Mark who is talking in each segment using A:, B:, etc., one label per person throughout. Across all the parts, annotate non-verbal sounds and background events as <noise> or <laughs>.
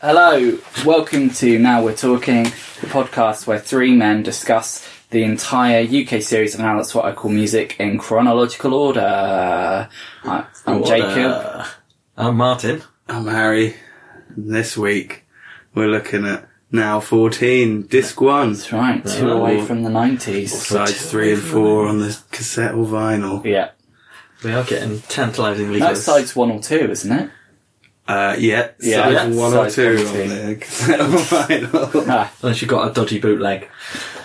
A: Hello, welcome to Now We're Talking, the podcast where three men discuss the entire UK series of Now That's What I Call Music in chronological order. I- I'm Jacob.
B: Order.
C: I'm Martin.
B: I'm Harry. This week we're looking at now 14, disc one,
A: That's right, two away from the 90s.
B: sides three and four on the cassette or vinyl.
A: Yeah,
C: We are getting tantalisingly
A: that's
C: close.
A: sides one or two, isn't it?
B: Uh, yeah,
A: Yeah.
B: sides
A: Yeah.
B: one
A: Sides
B: or
A: one
B: two
A: or
B: on
A: two.
B: the cassette or vinyl.
A: <laughs> Ah, uh,
C: Unless you've got a dodgy bootleg.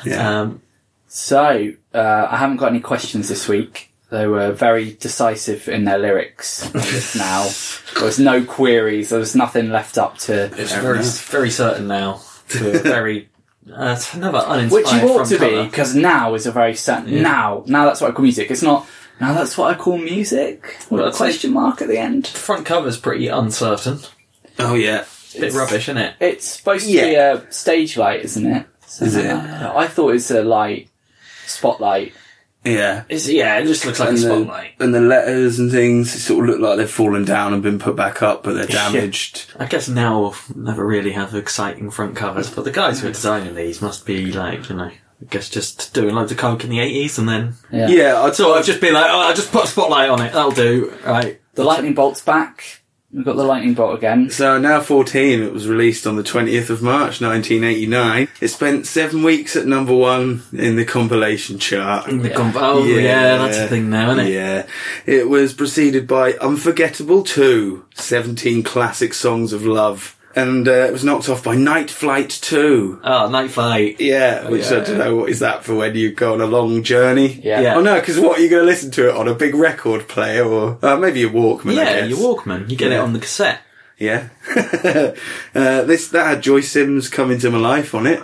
B: yeah.
C: Um,
A: so, uh, I haven't got any questions this week. They were very decisive in their lyrics just now. There was no queries, there was nothing left up to
C: it's
B: Fair
C: very,
B: enough.
C: very certain now.
B: <laughs>
C: To a very. Uh, it's another uninspired
A: Which you ought
C: from
A: to be,
C: cover.
A: because now is a very certain
C: Yeah.
A: now. Now that's what I call music. It's not now that's what I call music with
C: Well,
A: a
C: I'd say-
A: question mark at the end.
C: Front cover's pretty uncertain.
B: <laughs> oh yeah,
C: Bit
A: It's-
C: rubbish, isn't it?
A: It's supposed to be
B: Yeah.
A: a stage light, isn't it? So,
B: Is it?
A: I thought it's a light spotlight.
B: yeah.
C: It's, yeah, it just looks like a
B: And the,
C: spotlight.
B: and the letters and things sort of look like they've fallen down and been put back up, but they're
A: <laughs> Yeah.
B: damaged.
C: I guess now we'll never really have exciting front covers, but the guys who are designing these must be like, you know, I guess just doing loads of coke in the 80s and then.
A: Yeah.
B: Yeah, I'd
C: So I've just been like, oh, I'll just put a spotlight on it, that'll do. Right.
A: The lightning bolt's back. We've got the lightning bolt again.
B: So now 14, it was released on the 20th of March 1989. It spent seven weeks at number one in the compilation chart.
C: The gump- oh, yeah. that's a thing now, isn't it?
B: Yeah. It was preceded by Unforgettable 2, 17 classic songs of love. And uh, it was knocked off by Night Flight 2.
C: Oh, night flight.
B: Yeah, which I don't know, what is that for when you go on a long journey?
A: Yeah.
C: Yeah.
B: Oh no, because what, are you going to listen to it on a big record player or uh, maybe your Walkman? I
C: Yeah,
B: guess.
C: your Walkman. You get it
B: Yeah.
C: on the cassette.
B: Yeah. <laughs> uh, this that had Joy Sims come into my life on it,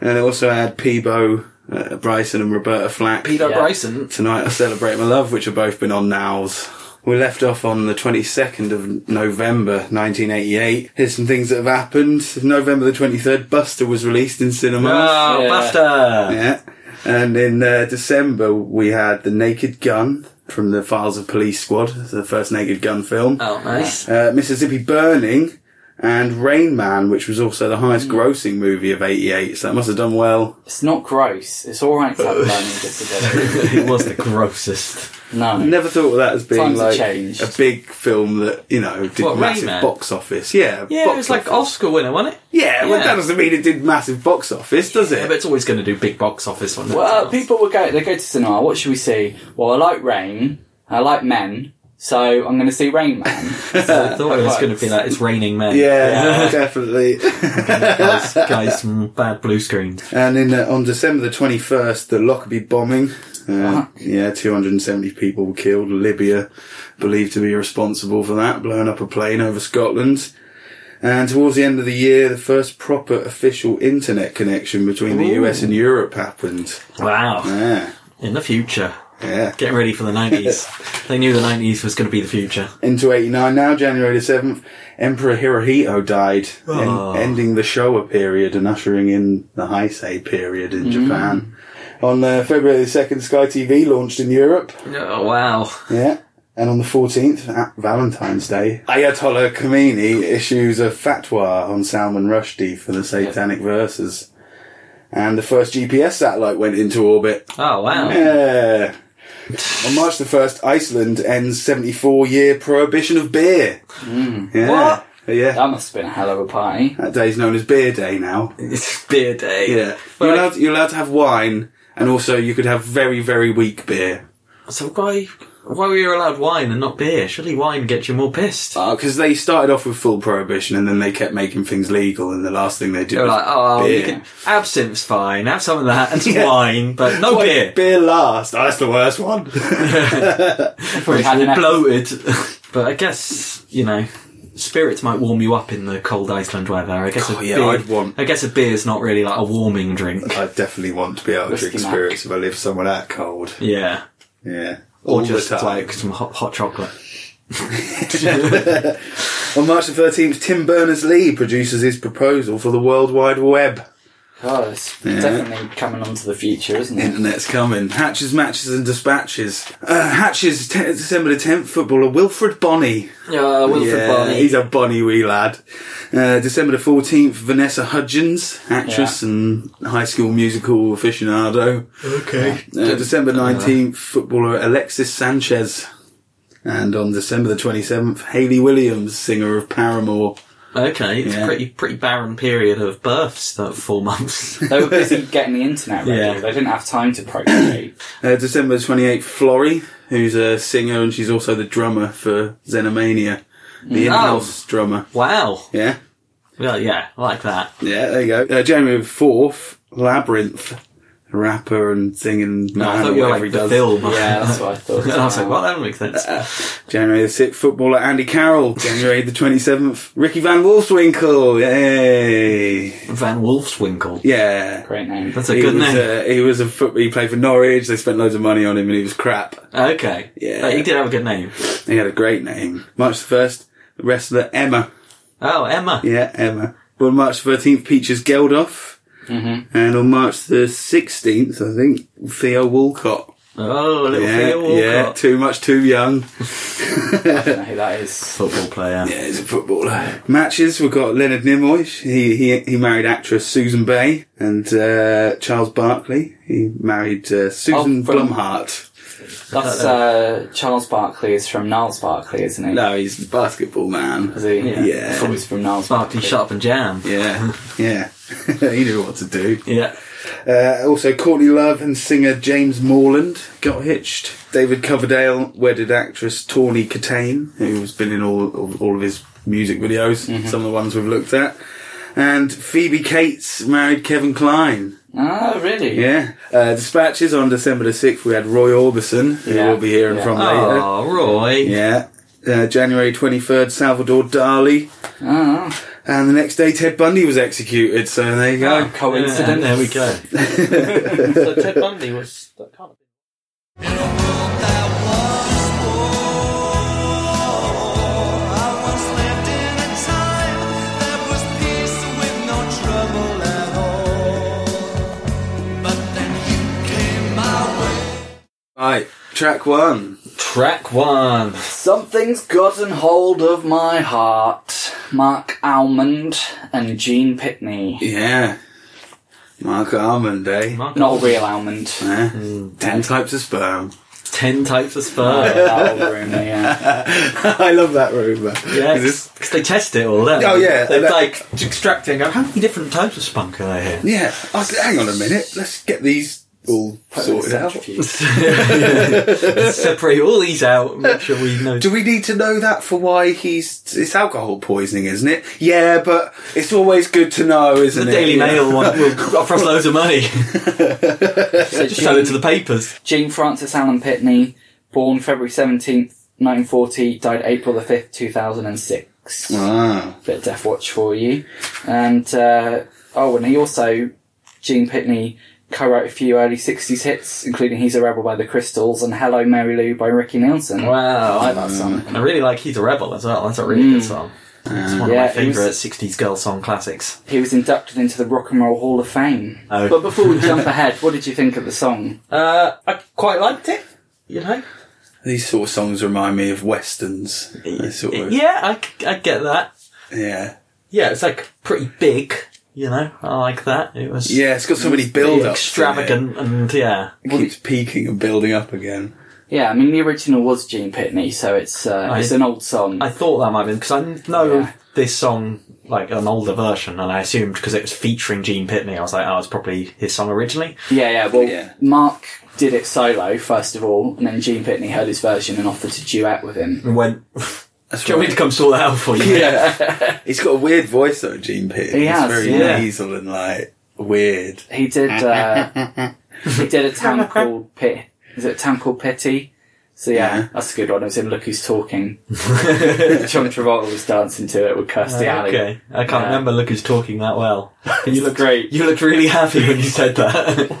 B: and it also had Peebo, uh, Bryson, and Roberta Flack.
C: Peter
A: Yeah.
C: Bryson.
B: Tonight I celebrate my love, which have both been on nows. We left off on the 22nd of November 1988. Here's some things that have happened. November the 23rd, Buster was released in cinemas.
C: Oh,
A: Yeah.
C: BAFTA!
B: Yeah. And in uh, December, we had The Naked Gun from the Files of Police Squad, the first Naked Gun film
C: Oh, nice.
B: uh, Mississippi Burning, and Rain Man, which was also the
C: Hmm.
B: highest grossing movie of '88. So that must have done well.
A: It's not gross. It's all right to have a learning
C: <laughs>
A: disability.
C: <laughs> it was the grossest.
A: No.
B: Never thought of that as being
A: Times have
B: like
A: changed.
B: a big film that you know did
C: What, Rain
B: massive
C: Man?
B: box office. Yeah,
C: Yeah,
B: box
C: it was like
B: office.
C: Oscar winner, wasn't it?
B: yeah. Well,
C: yeah.
B: that doesn't mean it did massive box office, does
C: Yeah,
B: it?
C: but it's always going to do big box office on
A: Well, uh, people would go. They go to cinema. What should we see? Well, I like rain. I like men. So I'm going to see Rain Man.
C: I thought it was going to be like, it's raining men.
B: yeah,
C: <laughs>
B: definitely.
C: guys, guys from bad blue screens.
B: and in uh, on December the twenty first, the Lockerbie bombing. Uh, yeah, 270 people were killed. Libya believed to be responsible for that, blowing up a plane over Scotland. And towards the end of the year, the first proper official internet connection between the US and Europe happened.
C: Wow.
B: Yeah,
C: In the future.
B: yeah.
C: Getting ready for the 90s. they knew the 90s was going to be the future.
B: Into 89 now, January the 7th, Emperor Hirohito died, en-
C: Oh.
B: ending the Showa period and ushering in the Heisei period in Japan. On uh, February the 2nd, Sky TV launched in Europe.
C: Oh, wow.
B: Yeah. And on the 14th, at Valentine's Day, Ayatollah Khomeini issues a fatwa on Salman Rushdie for the satanic verses. And the first GPS satellite went into orbit.
C: Oh, wow.
B: Yeah. Uh, on March the 1st, Iceland ends 74 year prohibition of beer. Yeah.
C: Hmm. What?
B: Yeah.
A: that must have been a hell of a party.
B: That day's known as Beer Day now.
C: It's beer day.
B: Yeah.
C: But
B: You're
C: like-
B: allowed, you're allowed to have wine, and also you could have very, very weak beer.
C: So why why were you allowed wine and not beer? Surely wine gets you more pissed.
B: because they started off with full prohibition and then they kept making things legal and the last thing they did
C: They were
B: was
C: like, oh,
B: beer.
C: you can, absinthe's fine. Have some of that <laughs> and some wine, but "Oh, no
B: Wait,
C: beer.
B: beer last oh, that's the
C: <laughs>
B: worst one
A: Probably had an
C: Bloated. but I guess you know spirits might warm you up in the cold Iceland weather. I guess
B: God,
C: a
B: yeah,
C: beer,
B: I'd want-
C: I guess a beer's not really like a warming <laughs> drink.
B: I definitely want to be able to
A: Whiskey
B: drink spirits if I live somewhere that cold.
C: Yeah.
B: Yeah.
C: Or
B: All
C: just
B: the time.
C: like some hot, hot chocolate.
B: <laughs> On March the 13th, Tim Berners Lee produces his proposal for the World Wide Web.
A: God, Oh, it's definitely coming onto the future, isn't it?
B: Internet's coming. Hatches, matches, and dispatches. Uh, Hatches, t- December the 10th, footballer Wilfred Bonney.
A: Yeah, Wilfred
B: yeah,
A: Bonny.
B: He's a Bonnie wee lad. Uh, December the 14th, Vanessa Hudgens, actress and high school musical aficionado.
C: Okay.
B: Uh, December 19th, footballer Alexis Sanchez. And on December the 27th, Haley Williams, singer of Paramore.
C: Okay, it's
B: Yeah.
C: a pretty pretty barren period of births. That four <laughs> months.
A: They were busy getting the internet ready.
C: Yeah.
A: They didn't have time to procreate.
B: Uh, December 28th, Florrie, who's a singer and she's also the drummer for Xenomania,
C: Mm.
B: the in house
C: Oh.
B: drummer.
C: wow.
B: Yeah,
C: Well, yeah, I like that.
B: yeah, there you go. Uh, January 4th, Labyrinth, rapper and singing man.
C: I
B: or
C: thought you were like
B: whatever he
C: the
B: does.
C: film. <laughs>
A: yeah, <laughs> that's what I thought.
C: And I was like, well, that makes sense.
B: <laughs> January the 6th, footballer Andy Carroll. January the 27th, Ricky Van Wolfswinkle. Yay!
C: Van Wolfswinkle.
B: Yeah.
A: Great name.
C: That's a
B: he
C: good
B: was,
C: name.
B: uh, he was a foot. He played for Norwich. They spent loads of money on him, and he was crap.
C: okay.
B: Yeah.
C: Uh, he did have a good name.
B: He had a great name. March the first, wrestler Emma.
C: Oh, Emma.
B: Yeah, Emma. On March 13th, Peaches Geldof.
A: Mhm.
B: And on March the 16th, I think, Theo Walcott.
C: Oh, little
B: Yeah,
C: Theo Walcott.
B: yeah, too much, too <laughs> young.
A: I don't know who that is.
C: Football player.
B: Yeah, he's a footballer. Matches, we've got Leonard Nimoy. He, he, he married actress Susan Bay and uh, Charles Barkley. He married uh, Susan
A: Oh, from-
B: Blumhardt.
A: That's uh, Charles Barkley is from Niles Barkley, isn't he?
B: No, he's a basketball man.
A: Is he?
C: Yeah.
A: I thought he was from Niles
C: Barkley, shut up and jam.
B: Yeah, yeah. <laughs> he knew what to do.
C: Yeah.
B: Uh, also, Courtney Love and singer James Morland got hitched. David Coverdale wedded actress Tawny Catane, who's been in all all, all of his music videos,
A: Mm-hmm.
B: some of the ones we've looked at. And Phoebe Cates married Kevin Klein.
A: Oh, really?
B: Yeah. Uh, dispatches on December the 6th, we had Roy Orbison, who
A: Yeah.
B: we'll be hearing
A: Yeah.
B: from later.
C: Oh, Roy.
B: Yeah. Uh, January 23rd, Salvador Dali.
A: Oh,
B: And the next day, Ted Bundy was executed, so there you go.
A: oh, coincidence.
C: Yeah, there we go. so Ted Bundy was. That can't
B: Right, track one.
C: Track one.
A: Something's gotten hold of my heart. Mark Almond and Gene Pitney.
B: Yeah. Mark Almond, eh?
C: Mark
A: Not real almond.
B: Eh? Ten types of sperm. <laughs>
C: Ten types of sperm.
A: That'll ruin me, yeah.
B: I love that rumour.
C: Yes, because they test it all. Don't they?
B: Oh, yeah,
C: they're
B: and that-
C: like extracting. How many different types of spunk are
B: <laughs>
C: there here? <laughs>
B: Yeah. I was- hang on a minute. Let's get these all sorted out.
A: Centrifuge.
C: Let's separate all these out. and Make sure we know.
B: Do we need to know that for why he's it's alcohol poisoning, isn't it? Yeah, but it's always good to know, isn't
C: The
B: it?
C: Daily
B: Yeah.
C: Mail
A: <laughs>
C: one will offer us loads of money.
A: So
C: Just sell it to
A: Gene,
C: the papers.
A: Gene Francis Allen Pitney, born February 17th, 1940, died April the 5th, 2006.
B: <laughs> Ah.
A: bit of Death Watch for you. And uh, oh, and he also Gene Pitney co-wrote a few early '60s hits, including "He's a Rebel" by the Crystals and "Hello Mary Lou" by Ricky Nielsen.
C: Wow.
A: I
C: I,
A: like that song.
C: I really like He's a Rebel as well. That's a really good song. It's one
A: Yeah,
C: of my
A: it was-
C: favourite 60s girl song classics.
A: He was inducted into the Rock and Roll Hall of Fame.
C: Oh.
A: But before we jump ahead, what did you think of the song?
C: <laughs> Uh, I quite liked it, you know?
B: These sort of songs remind me of westerns. They Sort of,
C: Yeah, I, c- I get that.
B: yeah.
C: Yeah, it's like pretty big, you know? I like that. It was
B: Yeah, it's got so many
C: pretty
B: build-ups.
C: extravagant and yeah.
B: It. keeps peaking and building up again.
A: Yeah, I mean the original was Gene Pitney, so it's uh,
C: I-
A: it's an old song.
C: I thought that might have been because I know
A: Yeah.
C: this song like an older version, and I assumed because it was featuring Gene Pitney, I was like, oh, it's probably his song originally.
A: yeah, yeah. Well,
B: Yeah.
A: Mark did it solo first of all, and then Gene Pitney heard his version and offered to duet with him.
C: And
A: <laughs>
C: went, do
B: That's
C: you want me to come sort that out for you?
B: He's got a weird voice though, Gene Pitt.
A: He
B: He's
A: has,
B: very
C: yeah.
B: nasal and like weird.
A: He <laughs> did. Uh, he did a town called Pit. Is it a town called Pity? So yeah,
B: Yeah.
A: that's a good one. It was in Look Who's <laughs> Talking. John Travolta was dancing to it with Kirstie Alley.
C: Uh, okay, I can't
A: Yeah.
C: remember Look who's talking that well.
A: <laughs> You look great.
C: You looked really happy when you said that.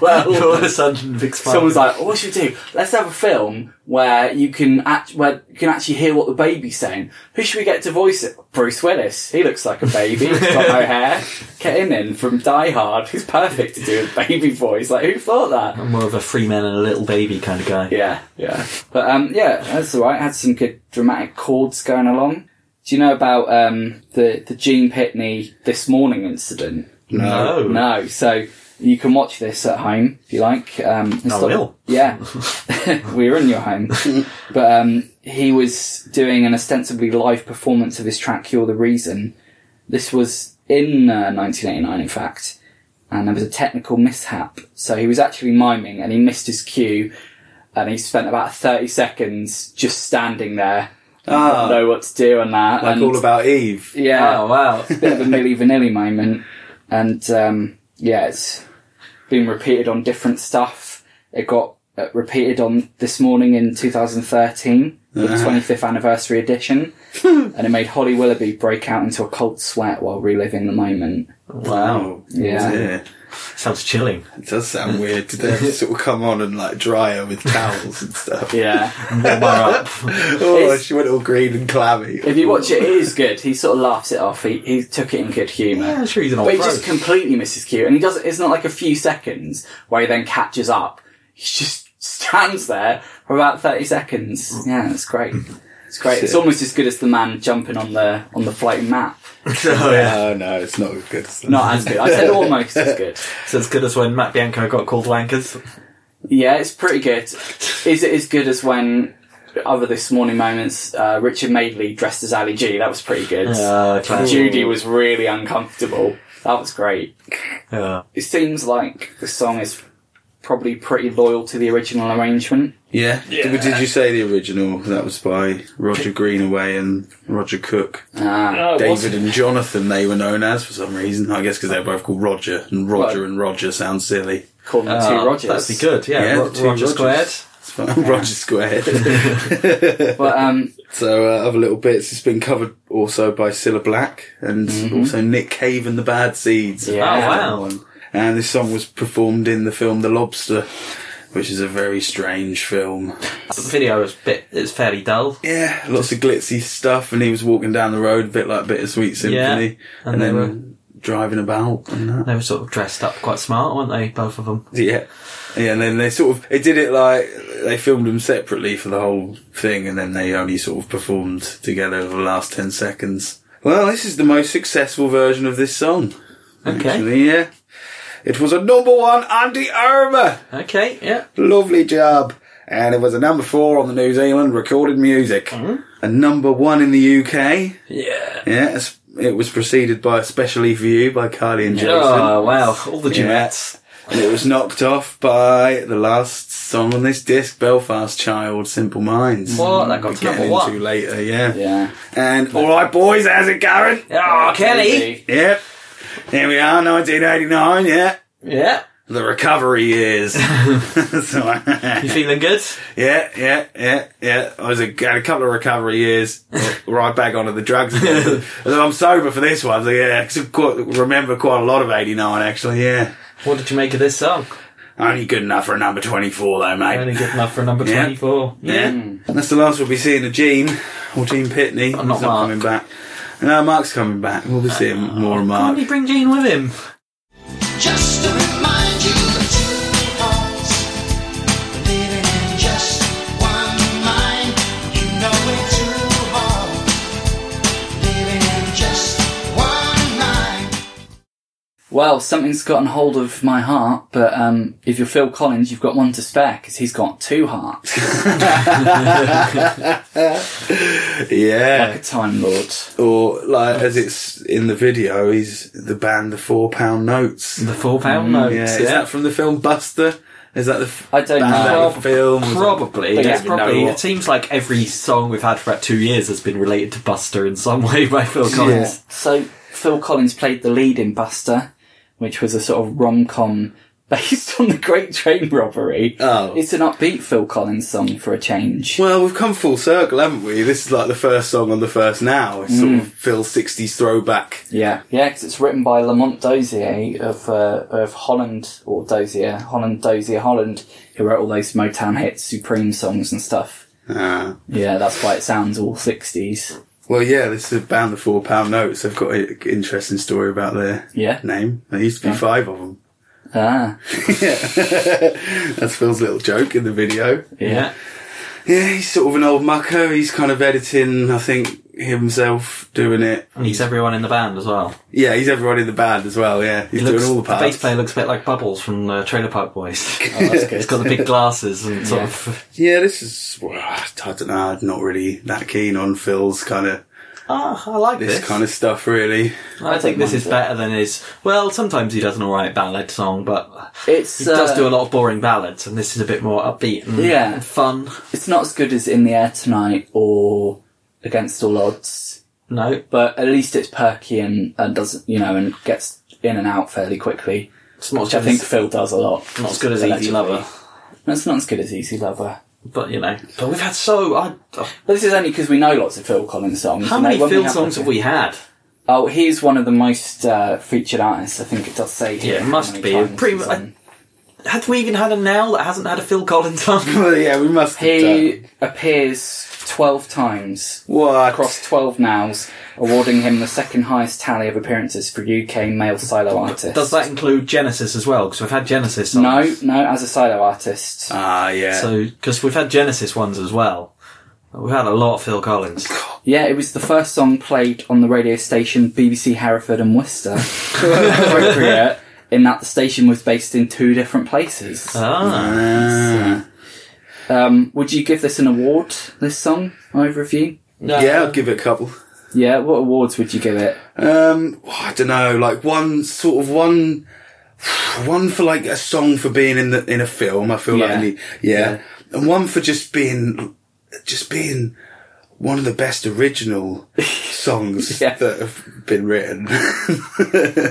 A: <laughs> Well-
C: <laughs> all of a sudden, big smile.
A: Someone's like, oh, "What should we do? Let's have a film where you can act- where you can actually hear what the baby's saying. Who should we get to voice it? Bruce Willis. He looks like a baby. He's got no hair. Get him in from Die Hard. He's perfect to do a baby voice. Like, who thought that?
C: I'm more of a free man and a little baby kind of guy.
A: Yeah, yeah. But um, yeah, that's all right. Had some good dramatic chords going along. Do you know about um, the the Gene Pitney this morning incident?
C: No.
A: No. So you can watch this at home if you like. Um, it's
C: I
A: not-
C: will. <laughs>
A: Yeah, <laughs> we were in your
B: <laughs>
A: home, but um, he was doing an ostensibly live performance of his track "You're the Reason." This was in uh, 1989, in fact, and there was a technical mishap. So he was actually miming, and he missed his cue, and he spent about 30 seconds just standing there.
B: Ah.
A: Didn't know what to do on that.
B: Like
A: and-
B: all about Eve.
A: yeah, <laughs>
C: Oh wow.
A: bit of a Milli Vanilli moment, and um, yeah, it's been repeated on different stuff. It got uh, repeated on this morning in 2013, for the 25th anniversary edition, and it made Holly Willoughby break out into a cold sweat while reliving the moment.
C: wow.
A: Yeah.
B: dear.
C: Sounds chilling.
B: It does sound weird. Did
A: <laughs>
B: they have to sort of come on and like dry her with towels and stuff?
A: Yeah,
C: Warm her up.
B: Oh,
A: <laughs> It's-
B: she went all green and clammy.
A: if you watch it, it is good. He sort of laughs it off. He, he took it in good humour.
C: Yeah, I'm sure he's an old
A: But he
C: pro.
A: just completely misses cue, and he doesn't. It's not like a few seconds where he then catches up. He just stands there for about thirty seconds. Yeah, it's great. It's great. It's
B: Shit.
A: almost as good as the man jumping on the on the floating map.
C: <laughs> oh, yeah.
B: No, no, it's not good. stuff.
A: Not as good. I said almost as good.
C: So it's good as when Matt Bianco got called wankers.
A: Yeah, it's pretty good. Is it as good as when? Other this morning moments, uh, Richard Madeley dressed as Ali G. That was pretty good.
C: Uh, class.
A: Judy was really uncomfortable. That was great.
C: Yeah.
A: It seems like the song is probably pretty loyal to the original arrangement.
B: Yeah. Did, did you say the original? That was by Roger Greenaway and Roger Cook.
A: Ah,
C: Oh.
D: No, it
B: David
D: wasn't.
B: and Jonathan, they were known as for some reason. I guess because they're both called Roger, and Roger
A: Right.
B: and Roger sounds silly.
A: call them
C: Uh,
A: two Rogers.
C: That'd be good. Yeah.
B: Yeah,
C: Ro-
B: the two
C: Roger
B: Rogers.
C: squared.
B: It's fine. <laughs> Roger squared.
A: But
C: <laughs>
A: um,
B: <laughs> so uh, other little bits. It's been covered also by Cilla Black and also Nick Cave and the Bad Seeds.
A: Yeah.
C: Oh, wow.
B: One. And this song was performed in the film The Lobster, which is a very strange film.
C: The video is bit. It's fairly dull.
B: Yeah, lots of glitzy stuff, and he was walking down the road a bit like Bittersweet Symphony,
C: and
B: and,
C: they
B: then
C: were-
B: driving about and that.
C: They were sort of dressed up quite smart, weren't they? Both of them.
B: Yeah. Yeah, and then they sort of they did it like they filmed them separately for the whole thing, and then they only sort of performed together for the last ten seconds. Well, this is the most successful version of this song.
C: Okay.
B: actually, yeah. It was a number one Andy Irma.
C: Okay. Yeah.
B: Lovely job. And it was a number four on the New Zealand recorded music.
C: Mm-hmm.
B: A number one in the UK.
C: Yeah.
B: Yeah, it's- it was preceded by Especially For You by Carly and Jason.
C: Oh wow! All the
B: Yeah.
C: duets.
B: And it was knocked off by the last song on this disc, Belfast Child, Simple Minds.
C: What? That got
B: We're
C: to number
B: getting
C: one.
B: into later, yeah.
A: yeah,
B: And all right, boys, how's it going?
C: Oh, Kelly.
A: Maybe.
B: Yep. Here we are, 1989. Yeah,
C: Yeah.
B: the
C: <laughs>
B: recovery years. <laughs> So, <laughs>
C: You feeling good?
B: yeah, yeah, yeah, yeah. I was a, had a couple of recovery years, uh, right back onto the
C: <laughs>
B: drugs. again. I'm sober for this one. So yeah, I quite, remember quite a lot of '89 actually. Yeah,
C: What did you make of this song?
B: only good enough for a number 24 though, mate.
C: Only good enough for number
B: Yeah.
C: twenty-four.
B: Yeah. That's the last we'll be seeing of Gene or Gene Pitney.
C: But Hmm. Oh, not Mark.
B: He's not
C: Ah.
B: coming back. No, Mark's coming back. We'll be seeing more of
C: Why did
B: Mark.
C: he bring Gene with him?
E: Just to remind you of two hearts living in just one mind. You know it's too hard living in just one mind.
A: Well, something's gotten hold of my heart, but um, if you're Phil Collins, you've got one to spare because he's got two hearts,
B: <laughs>
A: like
B: Yeah.
A: a time lord.
B: Or, like, as it's in the video, he's the band The Four Pound Notes.
C: The four pound notes.
B: Mm, Yeah. Is that from the film Buster? Is that the f-
A: I don't
B: band
A: know.
B: out of the film? Was it-
C: Probably.
A: They
C: It's
A: don't even
C: probably.
B: know what-
C: It seems like every song we've had for about two years has been related to Buster in some <laughs> way by Phil Collins.
A: So Phil Collins played the lead in Buster, which was a sort of rom com <laughs> based on the Great Train Robbery.
B: Oh.
A: It's an upbeat Phil Collins song for a change.
B: Well, we've come full circle, haven't we? This is like the first song on the first now. It's
C: Hmm.
B: sort of Phil 60s throwback.
A: Yeah, yeah, because it's written by Lamont Dozier of uh, of Holland or Dozier, Holland Dozier Holland, who wrote all those Motown hits, Supreme songs and stuff.
B: Ah.
A: Yeah, that's why it sounds all sixties.
B: Well, yeah, this is about the four pound notes. I've got an interesting story about their
A: Yeah.
B: name. There used to be five of them.
A: Ah,
B: That's Phil's little joke in the video.
A: yeah,
B: Yeah, he's sort of an old mucker. He's kind of editing, I think, himself doing it.
C: And he's everyone in the band as well.
B: Yeah, he's everyone in the band as well. Yeah, he's
C: He
B: doing
C: looks,
B: all the
C: the
B: parts.
C: bass player looks a bit like Bubbles from uh, Trailer Park
B: <laughs>
C: Boys.
A: oh, that's good.
C: He's got the big glasses and sort
A: Yeah.
C: of.
B: Yeah, this is. Well, I don't know. I'm not really that keen on Phil's kind of
C: <laughs> Ah, I like
B: this
C: this.
B: kind of stuff, really. <laughs>
C: I think this
A: mine's
C: is better than his. Well, sometimes he does an alright ballad song, but
A: It's
C: he does
A: uh,
C: do a lot of boring ballads, and this is a bit more upbeat and
A: Yeah.
C: and fun.
A: It's not as good as In the Air Tonight or Against All Odds,
C: No,
A: but at least it's perky and, and doesn't you know and gets in and out fairly quickly,
C: it's not as
A: which I
C: good
A: think
C: as,
A: Phil does a lot.
C: not as good as Easy
A: Allegedly.
C: Lover,
A: No, it's not as good as Easy Lover.
C: but you know. But we've had so. I, oh,
A: But this is only because we know lots of Phil Collins songs.
C: how
A: you know,
C: many
A: when we
C: Phil
A: have
C: songs
A: a-
C: have we had?
A: Oh, he's one of the most uh, featured artists. I think it does say. here
C: Yeah, it
A: how
C: must
A: many
C: be.
A: times
C: Pretty
A: he's
C: mu-
A: on.
C: Have we even had a now that hasn't had a Phil Collins song? <laughs>
B: Well, yeah, we must. have done.
A: He
C: uh,
A: appears twelve times
B: what?
A: across twelve nows, awarding him the second highest tally of appearances for UK male silo artist.
C: Does that include Genesis as well? Because we've had Genesis
A: No,
C: songs.
A: no, as a silo artist.
B: Ah, yeah.
C: So, because we've had Genesis ones as well. We've had a lot of Phil Collins.
A: yeah, it was the first song played on the radio station BBC Hereford and
C: <laughs>
A: Worcester. Appropriate, in that the station was based in two different places.
C: Ah.
B: Ah.
A: Um, would you give this an award, this song, either of you?
C: No.
B: yeah, I'll give it a couple.
A: Yeah, what awards would you give it?
B: Um, I don't know, like one sort of one, <sighs> one for like a song for being in the in a film. I feel like
A: Yeah.
B: I need, yeah. and one for just being, just being one of the best
A: <laughs>
B: original songs
A: Yeah.
B: that have been written. <laughs>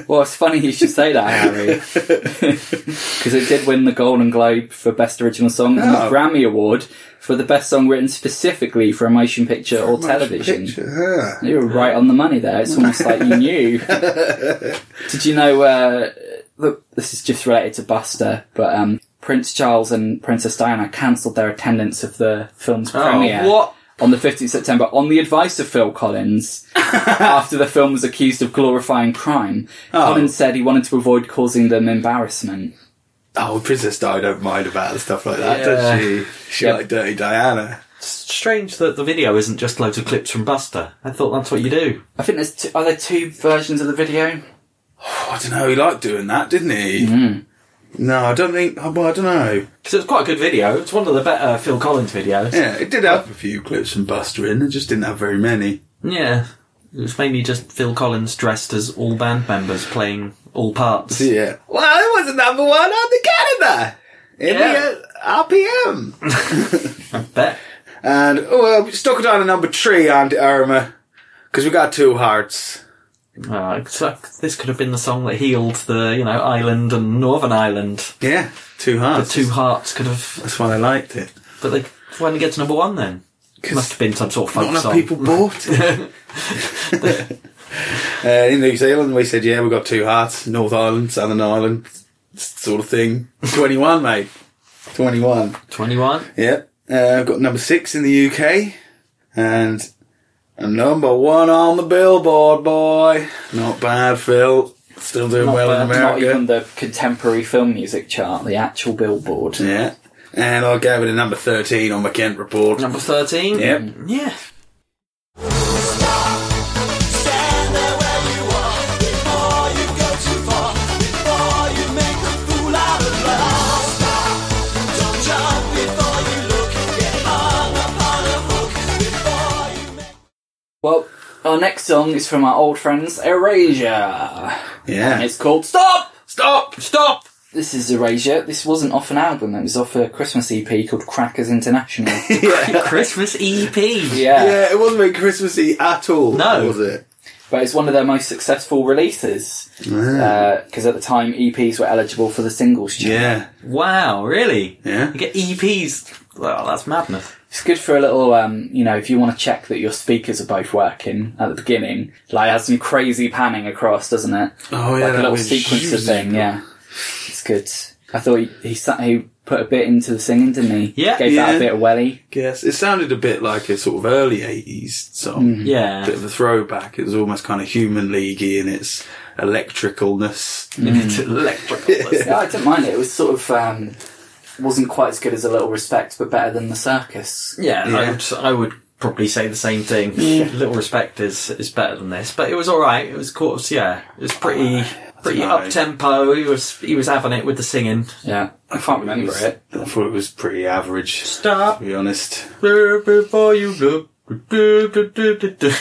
A: Well, it's funny you should say <laughs> that, Harry,
B: <laughs>
A: <laughs> because it did win the Golden Globe for Best Original Song and the
B: Oh.
A: Grammy Award for the best song written specifically for a motion picture or television.
B: Picture, yeah.
A: You were right on the money there. It's almost like you <laughs> knew. Did you know? Uh, look, this is just related to Buster, but um, Prince Charles and Princess Diana cancelled their attendance of the film's
C: Oh,
A: premiere
C: what?
A: on the 15th September on the advice of Phil Collins after the film was accused of glorifying crime. Collins said he wanted to avoid causing them embarrassment.
B: Oh, Princess Di don't mind about stuff like that, does she? She
A: Yeah.
B: like Dirty Diana.
C: Strange that the video isn't just loads of clips from Buster. I thought that's what you do.
A: I think there's two, are there two versions of the video?
B: Oh, I don't know. He liked doing that, didn't he?
C: Mm.
B: No, I don't think. oh, Well, I don't know.
C: Because it's quite a good video. It's one of the better Phil Collins videos.
B: Yeah, it did have a few clips from Buster in. It just didn't have very many.
C: Yeah. It was mainly just Phil Collins dressed as all band members playing all parts.
B: Yeah. Well, it was the number one on the Canada in
C: Yeah.
B: the uh, RPM.
C: Bet.
B: and oh, well, stuck it on a number three, Andy Irma, because we got two hearts.
C: Uh, so this could have been the song that healed the, you know, Ireland and Northern Ireland.
B: Yeah, two
C: The
B: hearts.
C: two hearts could have,
B: That's why I liked it.
C: but they why didn't it get to number one then? Must have been some sort of
B: Not
C: folk
B: enough
C: song.
B: people bought it. <laughs> uh, in New Zealand, we said, yeah, we got two hearts. North Ireland, Southern Ireland, sort of thing. 21, mate. 21.
C: Twenty-one.
B: Yep. Uh, I've got number six in the UK and a number one on the billboard, boy. Not bad, Phil. Still doing
A: Not,
B: well
A: the-
B: in
A: not
B: America.
A: even the contemporary film music chart, the actual Billboard.
B: yeah. And I gave it a number 13 on my Kent report.
C: Number thirteen.
B: Yep.
C: Yeah.
E: Stand there where you are before you go too far, before you make a fool out of love. Stop, don't jump before you look, get hung upon a hook before you make.
A: Well, our next song is from our old friends Erasure. And
B: Yeah.
A: it's called Stop!
B: Stop!
C: Stop.
A: This is Erasure. This wasn't off an album, it was off a Christmas EP called Crackers International.
B: <laughs> <laughs> Yeah.
C: Christmas E EP.
A: yeah.
B: Yeah, it wasn't very Christmassy at all.
C: No.
B: Was it?
A: but it's one of their most successful releases because Uh, at the time EPs were eligible for the singles chart.
B: Yeah,
C: Wow, really?
B: Yeah.
C: You get EPs. Well, that's madness.
A: It's good for a little, um, you know, if you want to check that your speakers are both working at the beginning. Like, it has some crazy panning across, doesn't it?
B: Oh, yeah,
A: like a
B: that
A: little
B: weird
A: sequencer
B: shoes.
A: thing. Yeah, it's good. I thought he he, sat, he put a bit into the singing, didn't he?
C: Yeah,
A: gave that
B: yeah.
A: a bit of welly.
B: guess it sounded a bit like a sort of early '80s song.
A: Mm-hmm.
C: Yeah.
B: bit of a throwback. It was almost kind of human leaguey in its electricalness.
C: It's electrical.
A: Yeah, I didn't mind it. It was sort of um, wasn't quite as good as a little respect, but better than the circus.
C: <laughs> Yeah,
B: Yeah.
C: I, would, I would probably say the same thing. <laughs> Little respect is is better than this, but it was all right. It was course, yeah, it was pretty pretty
B: know.
C: up tempo. He was he was having it with the singing.
A: Yeah, I can't remember
B: was-
A: it.
B: I thought it was pretty average,
C: Stop
B: to be honest.
C: there before you look. Do, do, do, do, do.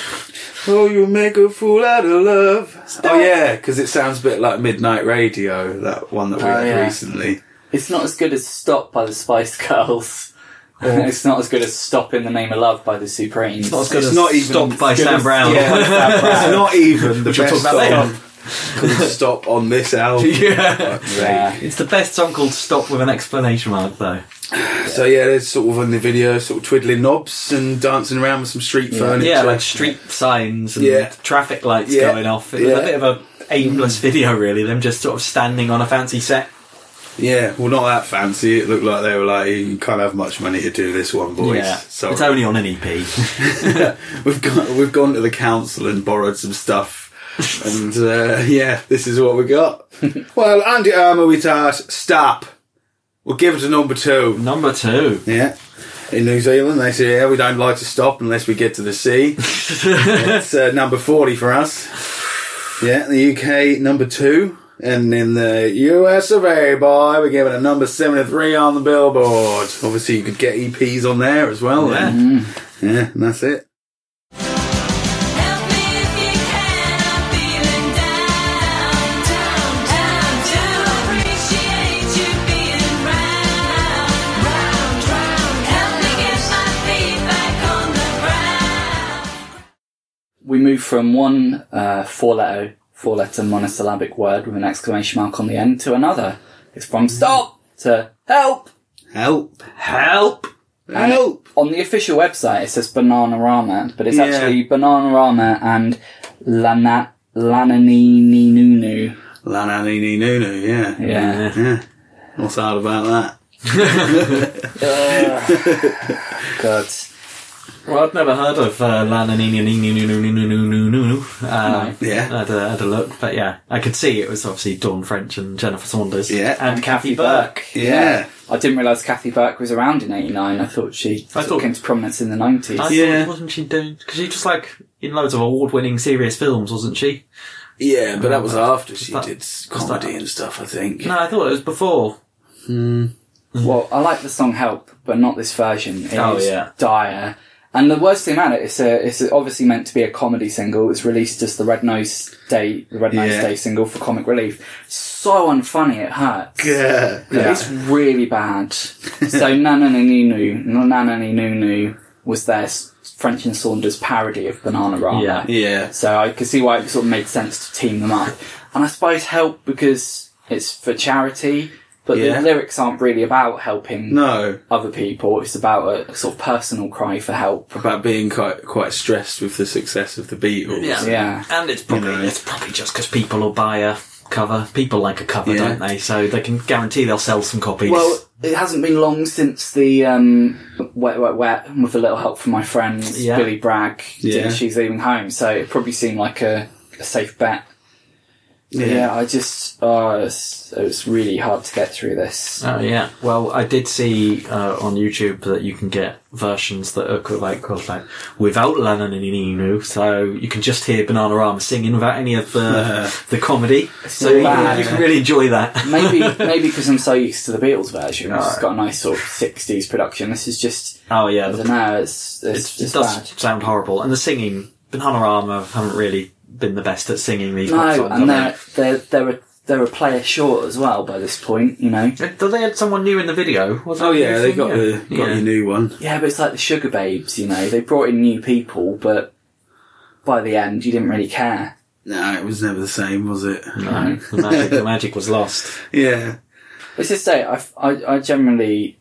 B: Oh, you make a fool out of love. Oh yeah, because it sounds a bit like Midnight Radio, that one that we
A: Oh,
B: had
A: yeah.
B: recently.
A: It's not as good as "Stop" by the Spice
C: <laughs>
A: Girls. it's not as good as "Stop in the Name of Love" by the Supremes.
C: Not as good
B: It's
C: as
B: not even
C: Stop by
B: good
C: Sam
B: as-
C: Brown.
B: yeah, It's not even the
C: Which we'll
B: best
C: talk about
B: song called Stop on
C: <laughs>
B: this album.
C: yeah.
A: Yeah.
C: It's the best song called Stop with an exclamation mark though.
B: So yeah, there's sort of in the video, sort of twiddling knobs and dancing around with some street furniture.
C: Yeah, like street signs and
B: Yeah.
C: traffic lights
B: Yeah.
C: going off. It was
B: Yeah. Mm.
C: a bit of a aimless video really, them just sort of standing on a fancy set.
B: Yeah, well, not that fancy. It looked like they were like, you can't have much money to do this one, boys.
C: Yeah.
B: So
C: It's only on an E EP.
B: <laughs> we've gone, we've gone to the council and borrowed some stuff. and uh, yeah, this is what we
C: <laughs>
B: got. well, Andy Armour, we thought, stop. We'll give it to number
C: <laughs>
B: two.
C: Number two.
B: Yeah. In New Zealand, they say, yeah, we don't like to stop unless we get to the sea. That's uh, number 40 for us. Yeah, the UK, number two. And in the US of A, boy, we gave it a number 73 on the billboard. Obviously, you could get EPs on there as well.
C: Yeah.
B: Yeah, yeah and that's it.
D: Help me if you can. I'm feeling down, down, down, down. Appreciate you being round, round, round. Help me get my feet back on the ground.
A: we move from one uh, four-letter, four-letter monosyllabic word with an exclamation mark on the end to another. It's from stop to help.
B: Help.
C: Help!
B: Help.
A: On the official website, it says Bananarama, but it's
B: Yeah.
A: actually Bananarama and Lana Lananini Nunu.
B: Lananini Nunu, yeah.
A: Yeah.
B: Yeah. What's hard about that? <laughs>
A: God.
C: Well, I'd never heard of uh, Lananini.
B: Yeah.
C: Um, I had a, had a look, but yeah, I could see it was obviously Dawn French and Jennifer Saunders.
B: Yeah.
C: And Kathy Burke.
B: Yeah.
A: I didn't realise Kathy Burke was around in '89. I thought she
C: I
A: sort of
C: thought-
A: came to prominence in the '90s.
C: I
B: Yeah.
C: thought, wasn't she doing? Because she just like in loads of award-winning serious films, wasn't she?
B: Yeah, but that was after she
C: that-
B: did
C: that-
B: comedy and stuff, I think.
C: No, I thought it was before.
A: Well, I like the song "Help," but not this version. It's
C: Oh, yeah.
A: dire. And the worst thing about it, it's a, it's obviously meant to be a comedy single. It was released as the Red Nose Day, the Red Nose
B: Yeah.
A: Day single for Comic Relief. So unfunny, it hurts.
B: Yeah.
A: It's really bad. so Nana Ninu, Nana Ninu was their S- French and Saunders parody of Banana Rama.
C: Yeah.
B: Yeah.
A: So I could see why it sort of made sense to team them up. And I suppose help because it's for charity, but
B: Yeah.
A: the lyrics aren't really about helping
B: No,
A: other people. It's about a sort of personal cry for help.
B: about being quite quite stressed with the success of the Beatles.
A: Yeah.
C: And it's probably
B: You know.
C: it's probably just because people will buy a cover. People like a cover,
B: Yeah.
C: don't they? So they can guarantee they'll sell some copies.
A: Well, it hasn't been long since the um, Wet Wet Wet with a little help from my friends,
C: Yeah.
A: Billy Bragg, did
B: Yeah.
A: She's Leaving Home. So it probably seemed like a, a safe bet. Yeah. I just, oh, it's, it was really hard to get through this.
C: Oh yeah. Well, I did see uh, on YouTube that you can get versions that are called, like called like without Lennon and Ninu, so you can just hear Banana Rama singing without any of <laughs> the the comedy. So you,
A: bad.
C: you can really enjoy that. <laughs>
A: maybe maybe because I'm so used to the Beatles version, which has got a nice sort of '60s production. This is just
C: oh yeah,
A: I
C: the-
A: don't know. It's it's,
C: it, it
A: it's
C: does
A: bad.
C: sound horrible, and the singing Banana Rama haven't really been the best at singing these pop
A: No,
C: songs.
A: and
C: have
A: they're they're they're a, they're a player short as well by this point. You know.
C: they? Did they had someone new in the video? Was
B: Oh
C: that a
B: yeah,
C: new
B: they
C: thing?
B: got the got
C: Yeah.
B: your new one.
A: Yeah, but it's like the Sugar Babes. You know, they brought in new people, but by the end, you didn't really care.
B: No, it was never the same, was it?
C: No, the magic, the magic was lost.
B: Yeah.
A: But to say, I, I, I generally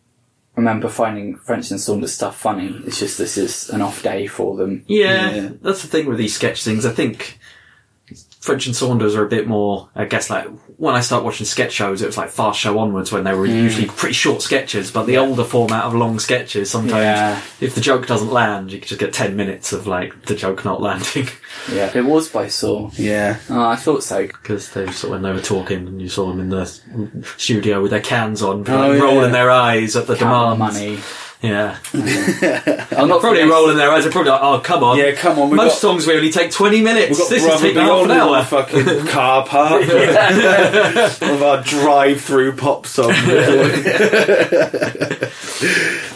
A: remember finding French and Saunders stuff funny. It's just this is an off day for them.
C: Yeah,
B: Yeah.
C: that's the thing with these sketch things. I think French and Saunders are a bit more. I guess like when I start watching sketch shows, it was like Fast Show onwards when they were
B: Mm.
C: usually pretty short sketches. But the older format of long sketches, sometimes
A: Yeah.
C: if the joke doesn't land, you could just get ten minutes of like the joke not landing <laughs>
A: Yeah, but it was by Saul.
B: Yeah.
A: Oh, I thought so.
C: because they sort of when they were talking and you saw them in the studio with their cans on, like,
B: Oh, yeah.
C: rolling their eyes at the
A: Count
C: demand.
A: the money.
C: Yeah,
A: I'm not
C: probably rolling their eyes. They're probably like, oh come on.
B: Yeah, come on, we've
C: Most
B: got-
C: songs we only take twenty minutes.
B: We've got
C: this is
B: rubber
C: taking half
B: beyond
C: an
B: our
C: hour. <laughs>
B: fucking car park <laughs> of our drive-through
C: <laughs>
B: pop song. <laughs>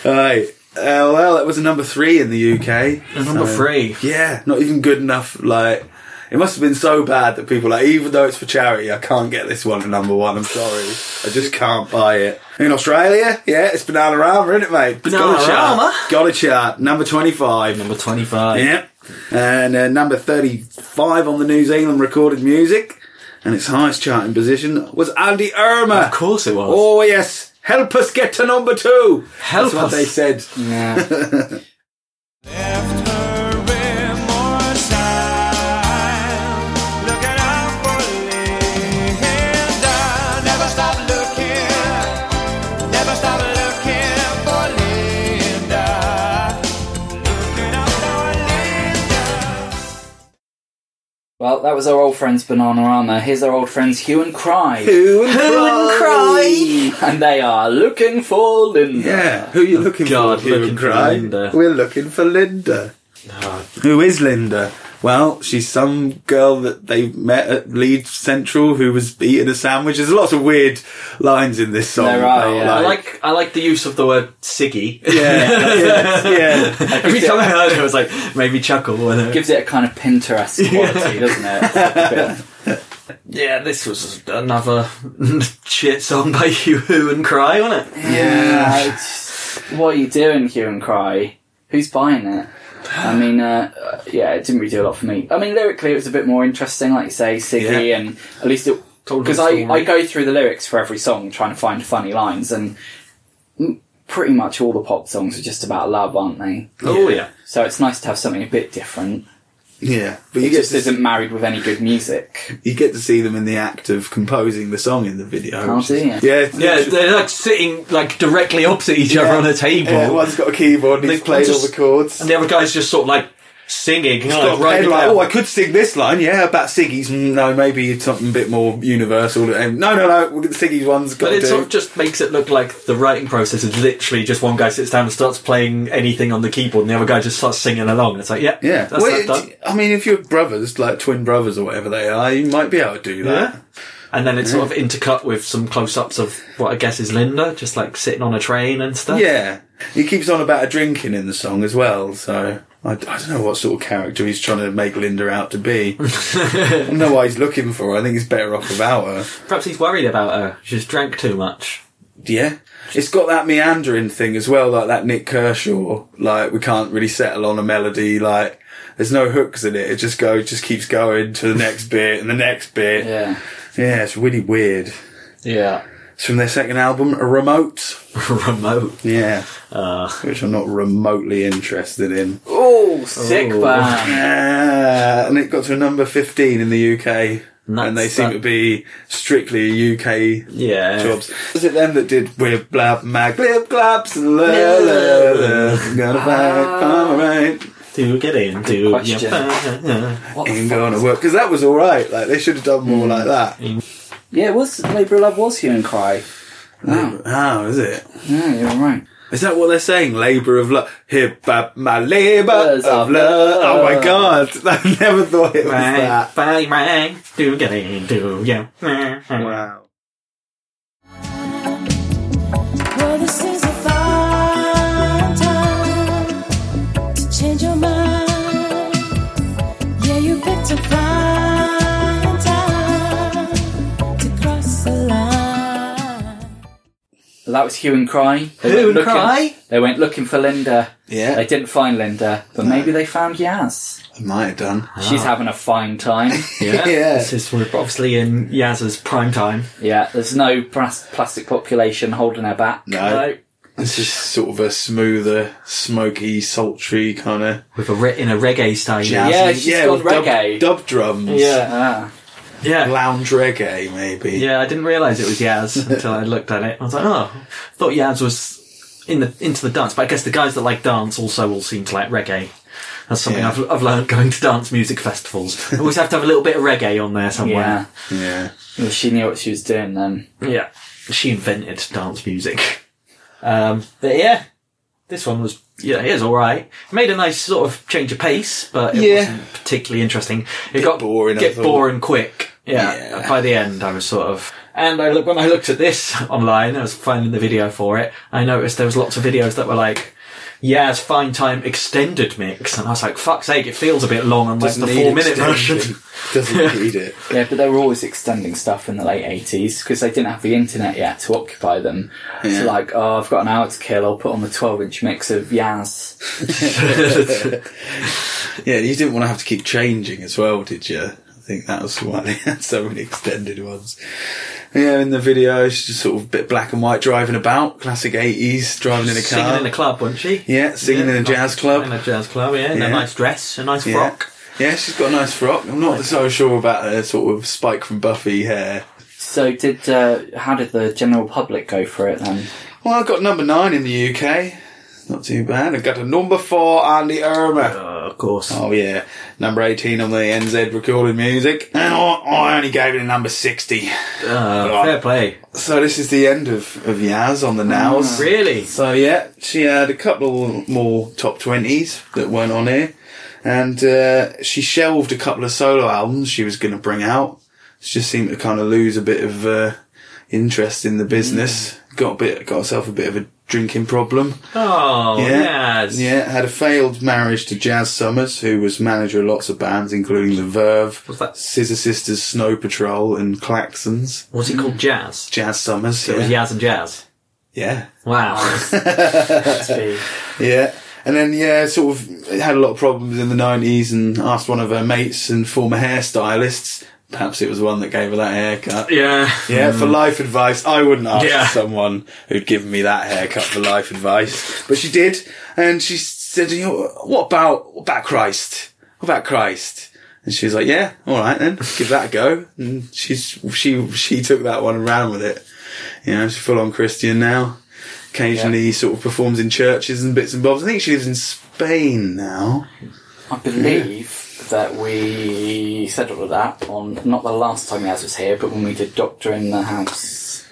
B: Right. Uh, well, that was a number three in the UK.
C: Number
B: So-
C: three.
B: Yeah, not even good enough. Like, it must have been so bad that people like, even though it's for charity, I can't get this one at number one. I'm sorry, I just can't buy it. In Australia, yeah, it's Banana Rama, isn't it, mate? It's got a
C: Bananarama?
B: chart. Got a chart. Number twenty-five.
C: Number 25.
B: Yeah. And uh, number 35 on the New Zealand recorded music, and its highest charting position was Andy Irma.
C: Of course it was.
B: Oh, yes. Help us get to number two.
C: Help
B: That's what
C: us.
B: they said.
A: Yeah.
F: Left her with more time. Looking out for Linda. Never stop looking. Never stop looking for Linda. Looking out for Linda.
A: Well, that was our old friends Bananarama. Here's our old friends Hugh and Cry.
B: Who and cry.
A: And they are looking for Linda.
B: Yeah. Who are you looking
C: Oh, God,
B: for? Hugh
C: looking
B: and
C: for
B: cry?
C: Linda. Ah.
B: We're looking for Linda. Who is Linda? Well, she's some girl that they met at Leeds Central who was eating a sandwich. There's lots of weird lines in this song.
A: There are,
B: about,
A: yeah.
C: I like I like the use of the word Siggy. <laughs>
B: yeah, yeah, yeah.
C: Every time I heard it, I was like, made me chuckle. <laughs> when I-
A: Gives it a kind of Pinterest
B: <laughs>
A: quality, doesn't it? It's like a bit of-
C: yeah, this was another <laughs> shit song by You Who and Cry, wasn't it?
A: yeah. it's- what are you doing, Hugh and Cry? Who's buying it? I mean, uh, uh, yeah, it didn't really do a lot for me. I mean, lyrically, it was a bit more interesting, like you say, Siggy,
B: Yeah.
A: and at least it.
C: Told
A: Because
C: the
A: I,
C: story.
A: I go through the lyrics for every song trying to find funny lines, and m- pretty much all the pop songs are just about love, aren't they?
C: Oh yeah.
A: So it's nice to have something a bit different.
B: Yeah, but
A: It
B: you get
A: just
B: to,
A: isn't married with any good
B: <laughs>
A: music.
B: you get to see them in the act of composing the song in the video.
A: Oh,
B: which
A: dear.
B: is- Yeah, it's-
C: Yeah, they're like sitting like directly opposite each other on a table,
B: Yeah, one's got a keyboard. And he's
C: They-
B: played
C: just-
B: all the chords.
C: and the other guy's just sort of like singing,
B: He's
C: like,
B: got a
C: writing
B: pen,
C: it
B: like,
C: down.
B: oh, I could sing this line, yeah, about Siggy's. Mm, No, maybe it's something a bit more universal. Um, No, no, no, we'll get the Siggy's one's got
C: But
B: to
C: it
B: do.
C: sort of just makes it look like the writing process is literally just one guy sits down and starts playing anything on the keyboard, and the other guy just starts singing along. It's like, yeah,
B: yeah,
C: that's
B: Well,
C: that
B: it-
C: done.
B: I mean, if you're brothers, like twin brothers or whatever they are, you might be able to do that.
C: Yeah. And then it's sort of intercut with some close-ups of what I guess is Linda, just like sitting on a train and stuff.
B: Yeah. He keeps on about a drinking in the song as well, so I, I don't know what sort of character he's trying to make Linda out
C: <laughs>
B: to be. I don't know why he's looking for her. I think he's better off without her.
C: Perhaps he's worried about her. She's drank too much.
B: Yeah. It's got that meandering thing as well, like that Nick Kershaw. Like, we can't really settle on a melody. Like, there's no hooks in it. It just goes, just keeps going to the next bit and the next bit.
A: Yeah.
B: Yeah, it's really weird.
C: Yeah.
B: It's from their second album, Remote.
C: <laughs> Remote. Uh,
B: Yeah. Which I'm not remotely interested in.
A: Oh, sick
C: Ooh.
A: band.
B: Ah, and it got to number 15 in the UK. And,
C: that's
B: they seem
C: that-
B: to be strictly UK
C: Yeah.
B: jobs. Was it them that did We're Blab Mag Glib Glabs and la, la, la, Gonna fight, alright,
C: Do get in, do
A: Question.
C: yeah.
A: What the
B: ain't
A: fuck?
B: gonna work. Because that was alright, like they should have done more like that.
A: Yeah, it was Labour of Love was Hugh and Cry. Wow.
B: How is it?
A: Yeah, you're right.
B: Is that what they're saying? Labour of love. Here, bab, my labour
A: Labours
B: of
A: of
B: love. Oh my
A: love.
B: god, I never thought it was
C: Bang,
B: that.
C: bang, bang, do get in, do yeah.
B: Wow.
G: Well, this is a fine time to change your mind. Yeah, you picked a fine time to cross the line.
A: That that was Hue and Cry. They
C: Hue
A: went
C: and Cry?
A: They went looking for Linda.
B: Yeah.
A: They didn't find Linda, but maybe they found Yaz.
B: I might have done.
A: She's having a fine time.
C: Yeah.
B: <laughs> Yeah.
C: This is we're obviously in Yaz's prime time.
A: yeah, there's no plas- plastic population holding her back.
B: No. It's just sort of a smoother, smoky, sultry kind of
C: With a re- in a reggae style.
B: jazz.
A: Yeah, she's gone
B: with dub-
A: reggae.
B: Dub, drums.
C: Yeah.
A: Ah.
C: Yeah.
B: Lounge reggae, maybe.
C: Yeah, I didn't realise it was
B: <laughs>
C: Yaz until I looked at it. I was like, oh, I thought Yaz was in the into the dance, but I guess the guys that like dance also all seem to like reggae. That's something
B: Yeah.
C: I've, I've learned going to dance music festivals. I always have to have a little bit of reggae on there
A: yeah.
C: somewhere.
B: Yeah.
A: Well, she knew what she was doing then.
C: Yeah. She invented dance music. Um, but yeah, this one was, yeah, it was alright. Made a nice sort of change of pace, but it
B: Yeah.
C: wasn't particularly interesting. It got
B: boring, I
C: Get
B: thought.
C: boring quick. Yeah.
B: Yeah.
C: By the end, I was sort of, and I look when I looked at this <laughs> online, I was finding the video for it. I noticed there was lots of videos that were like, yeah, it's fine time extended mix, and I was like, fuck's sake, it feels a bit long unless
B: Doesn't
C: the
B: need
C: four minute
B: extension.
C: version.
B: <laughs> Doesn't need it.
A: Yeah, but they were always extending stuff in the late 80s because they didn't have the internet yet to occupy them.
B: Yeah.
A: So, like, oh, I've got an hour to kill, I'll put on the 12 inch mix of Yaz.
B: Yeah, you didn't want to have to keep changing as well, did you? I think that was why they had so many extended ones. Yeah, in the video, she's just sort of a bit black and white driving about, classic 80s, driving in a car.
C: <laughs> Singing in a club, wasn't she?
B: Yeah, singing in a jazz club.
C: In a jazz club, yeah. In
B: Yeah.
C: a nice dress, a nice frock.
B: Yeah, she's got a nice frock. I'm not so sure about her sort of spike from Buffy hair.
A: So, did uh, how did the general public go for it then?
B: Well, I got number nine in the UK. Not too bad. I got a number four on the Irma.
C: Uh, of course.
B: Oh yeah, number eighteen on the NZ recorded music, and I, I only gave it a number sixty.
C: Uh, fair play.
B: So this is the end of of Yaz on the
C: Ah.
B: nows.
C: Really?
B: So yeah, she had a couple more top twenties that weren't on here, and uh, she shelved a couple of solo albums she was going to bring out. She just seemed to kind of lose a bit of uh, interest in the business. Got a bit, got herself a bit of a drinking problem.
C: Oh,
B: Yeah.
C: yes.
B: Yeah, had a failed marriage to Jazz Summers, who was manager of lots of bands, including The Verve,
C: What's that?
B: Scissor Sisters, Snow Patrol, and Claxons.
C: What's it called? Jazz.
B: Jazz Summers.
C: It
B: yeah.
C: was Yaz and Jazz.
B: yeah. <laughs>
C: Wow.
B: Yeah. And then, yeah, sort of had a lot of problems in the 90s and asked one of her mates and former hairstylists. Perhaps it was one that gave her that haircut.
C: yeah.
B: Yeah, for life advice, I wouldn't ask
C: Yeah.
B: someone who'd given me that haircut for life advice, but she did, and she said, "You know, what about what about Christ? What about Christ?" And she was like, "Yeah, all right then, give that a go." And she's she she took that one and ran with it. You know, she's full on Christian now. Occasionally, sort of performs in churches and bits and bobs. I think she lives in Spain now.
A: I believe that we settled with that on not the last time Yaz was here, but when we did Doctor in the House,